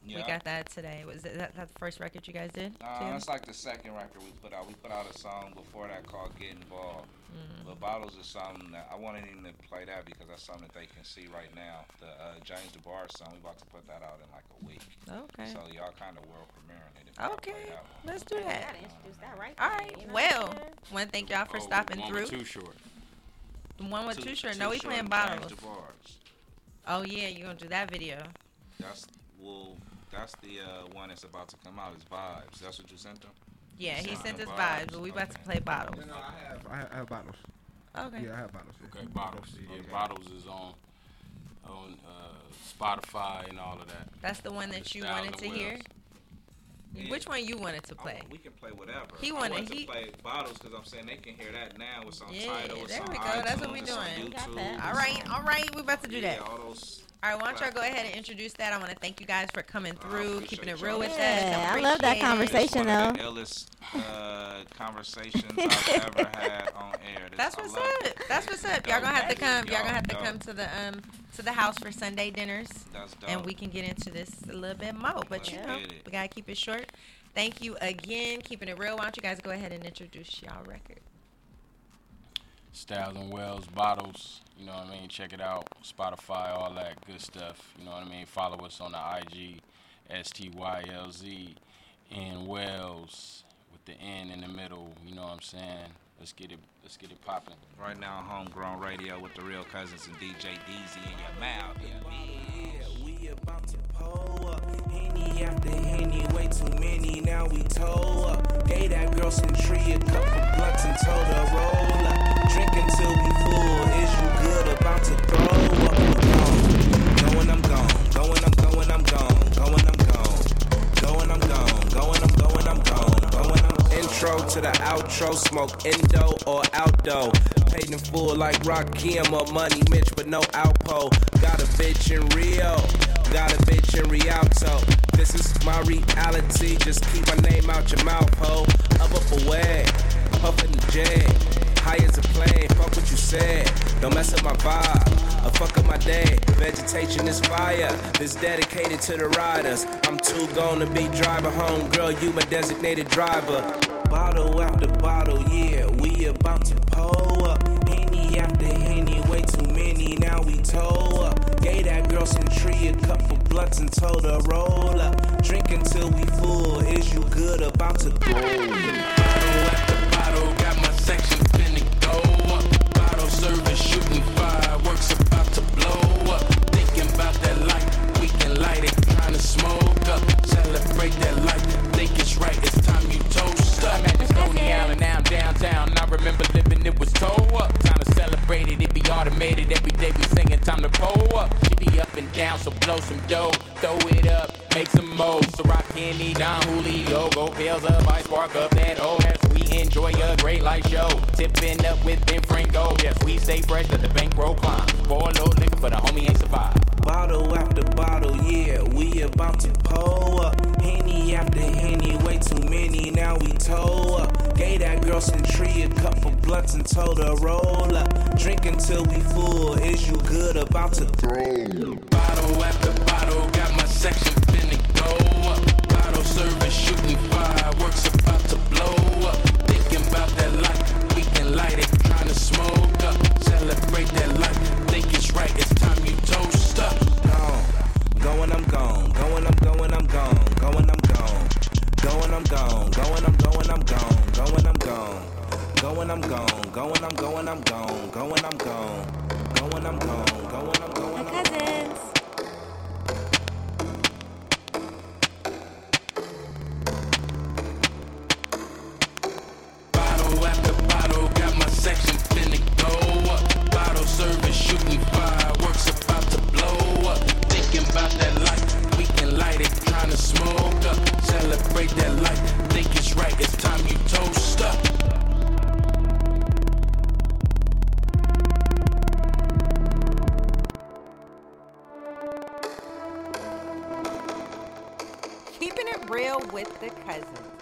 Yeah. We got that today. Was that, that, that the first record you guys did? Uh, Tim? it's like the second record we put out. We put out a song before that called "Get Involved," Mm. but "Bottles" is something that I wanted him to play that because that's something that they can see right now. The uh, James DeBar song we about to put that out in like a week, okay. so y'all kind of world premiering it. If y'all play Okay. that one. Let's do that. All All right. Well, one thank y'all for oh, stopping one with through. Too short. The one with Too- two shirt. Too No, we Short playing and bottles. James DeBar's. Oh yeah, you gonna do that video? That's well, that's the uh, one that's about to come out. It's vibes. That's what you sent them. Yeah, he Sound sent us vibes. vibes, but we about to Okay. play bottles. No, no, I have, I have, I have bottles. Okay. Yeah, I have bottles. yeah. Okay, bottles. Yeah, Okay. bottles is on on uh, Spotify and all of that. That's the one that you Thousand wanted to Wells. hear. Yeah. Which one you wanted to I play? want- we can play whatever. He I wanted- want he- to play bottles because I'm saying they can hear that now. It's on Yeah, title. It's there on we go. That's what iTunes, we it's on doing. We got YouTube, that. it's All right, on- all right, we about to do that. Yeah, All all those. right, why don't y'all go ahead and introduce that? I want to thank you guys for coming I through, appreciate keeping it y'all. real with us. Yeah, I love appreciate that it. conversation. It's one of the though. illest uh, conversations [LAUGHS] I've ever had on air. This- That's I what's love up. it. That's what's up. Y'all gonna have to come. Y'all gonna have to Y'all- come to the um to the house for Sunday dinners, That's dope. and we can get into this a little bit more. But you Let's know, get it. we gotta keep it short. Thank you again, keeping it real. Why don't you guys go ahead and introduce y'all record? Styles and Wells bottles. You know what I mean? Check it out. Spotify, all that good stuff. You know what I mean? Follow us on the IG, S T Y L Z, and Wells with the N in the middle. You know what I'm saying? Let's get it. Let's get it popping. Right now, on homegrown radio with the real cousins and DJ Deezy in your mouth. Yeah, we about to pull up. Henny after henny, way too many. Now we tow up. Gave that girl some tree, a couple blunts, and told her roll up. Drink until we full. Is you good? About to throw up. Gone. Going, I'm gone. Going, I'm going, I'm gone. Going, I'm gone. Going, I'm gone. Going, I'm going, I'm gone. Going, I'm Intro to the outro, smoke indo or outdo. Paid in full like Rakim or Money Mitch, but no outpo. Got a bitch in Rio, got a bitch in Rialto. This is my reality, just keep my name out your mouth, ho. Up, up, away, puffin' the J. High as a plane, fuck what you said. Don't mess up my vibe, or fuck up my day. Vegetation is fire, this dedicated to the riders. I'm too gone to be driving home, girl. You my designated driver. Bottle after bottle, yeah, we about to pull up. Henny after henny, way too many, now we tow up. Gave that girl some tree, a couple blunts, and told her roll up. Drink until we full, is you good about to go? Bottle after bottle, got my section finna go up. Bottle service shooting fireworks about to blow up. Thinking about that light, we can light it, trying to smoke up. Celebrate that life, think it's right, it's time you toast up. I'm at the Coney Island, now I'm downtown. I remember living, it was toe up. Time to celebrate it, it be automated. Every day we singing, time to pull up. It be up and down, so blow some dough. Throw it up, make some more. So rock candy, Don Julio. Go pills up, I spark up that old ass. We enjoy a great light show. Tipping up with Ben Franco. Yes, we stay fresh, let the bankroll climb. Pour a little liquor for the homie ain't survive. Bottle after bottle, yeah, we about to pull up. Henny after henny, way too many, now we tow up. Gave that girl some tree, a couple blunts, and told her roll up. Drink until we full, is you good about to Bottle after bottle, got my section finna go up. Bottle service shooting fireworks about to blow up. Thinking about that light, we can light it, trying to smoke up. Celebrate that life, think it's right, it's time you toast up. gone. Going, I'm gone. Going, I'm going, I'm gone. Going, I'm gone. Going, I'm gone. Going, I'm going, I'm gone. Going, I'm gone. Going, I'm gone. Going, I'm going, I'm gone. Going, I'm gone. Going, I'm gone. Going, I'm going, I'm gone. cousins. Bottle after bottle, got my section finna go up. Bottle service shooting fireworks about to blow up. Thinking about that light, we can light it, trying to smoke up. Celebrate that light, think it's right, it's time you toast up. Keeping it real with the cousins.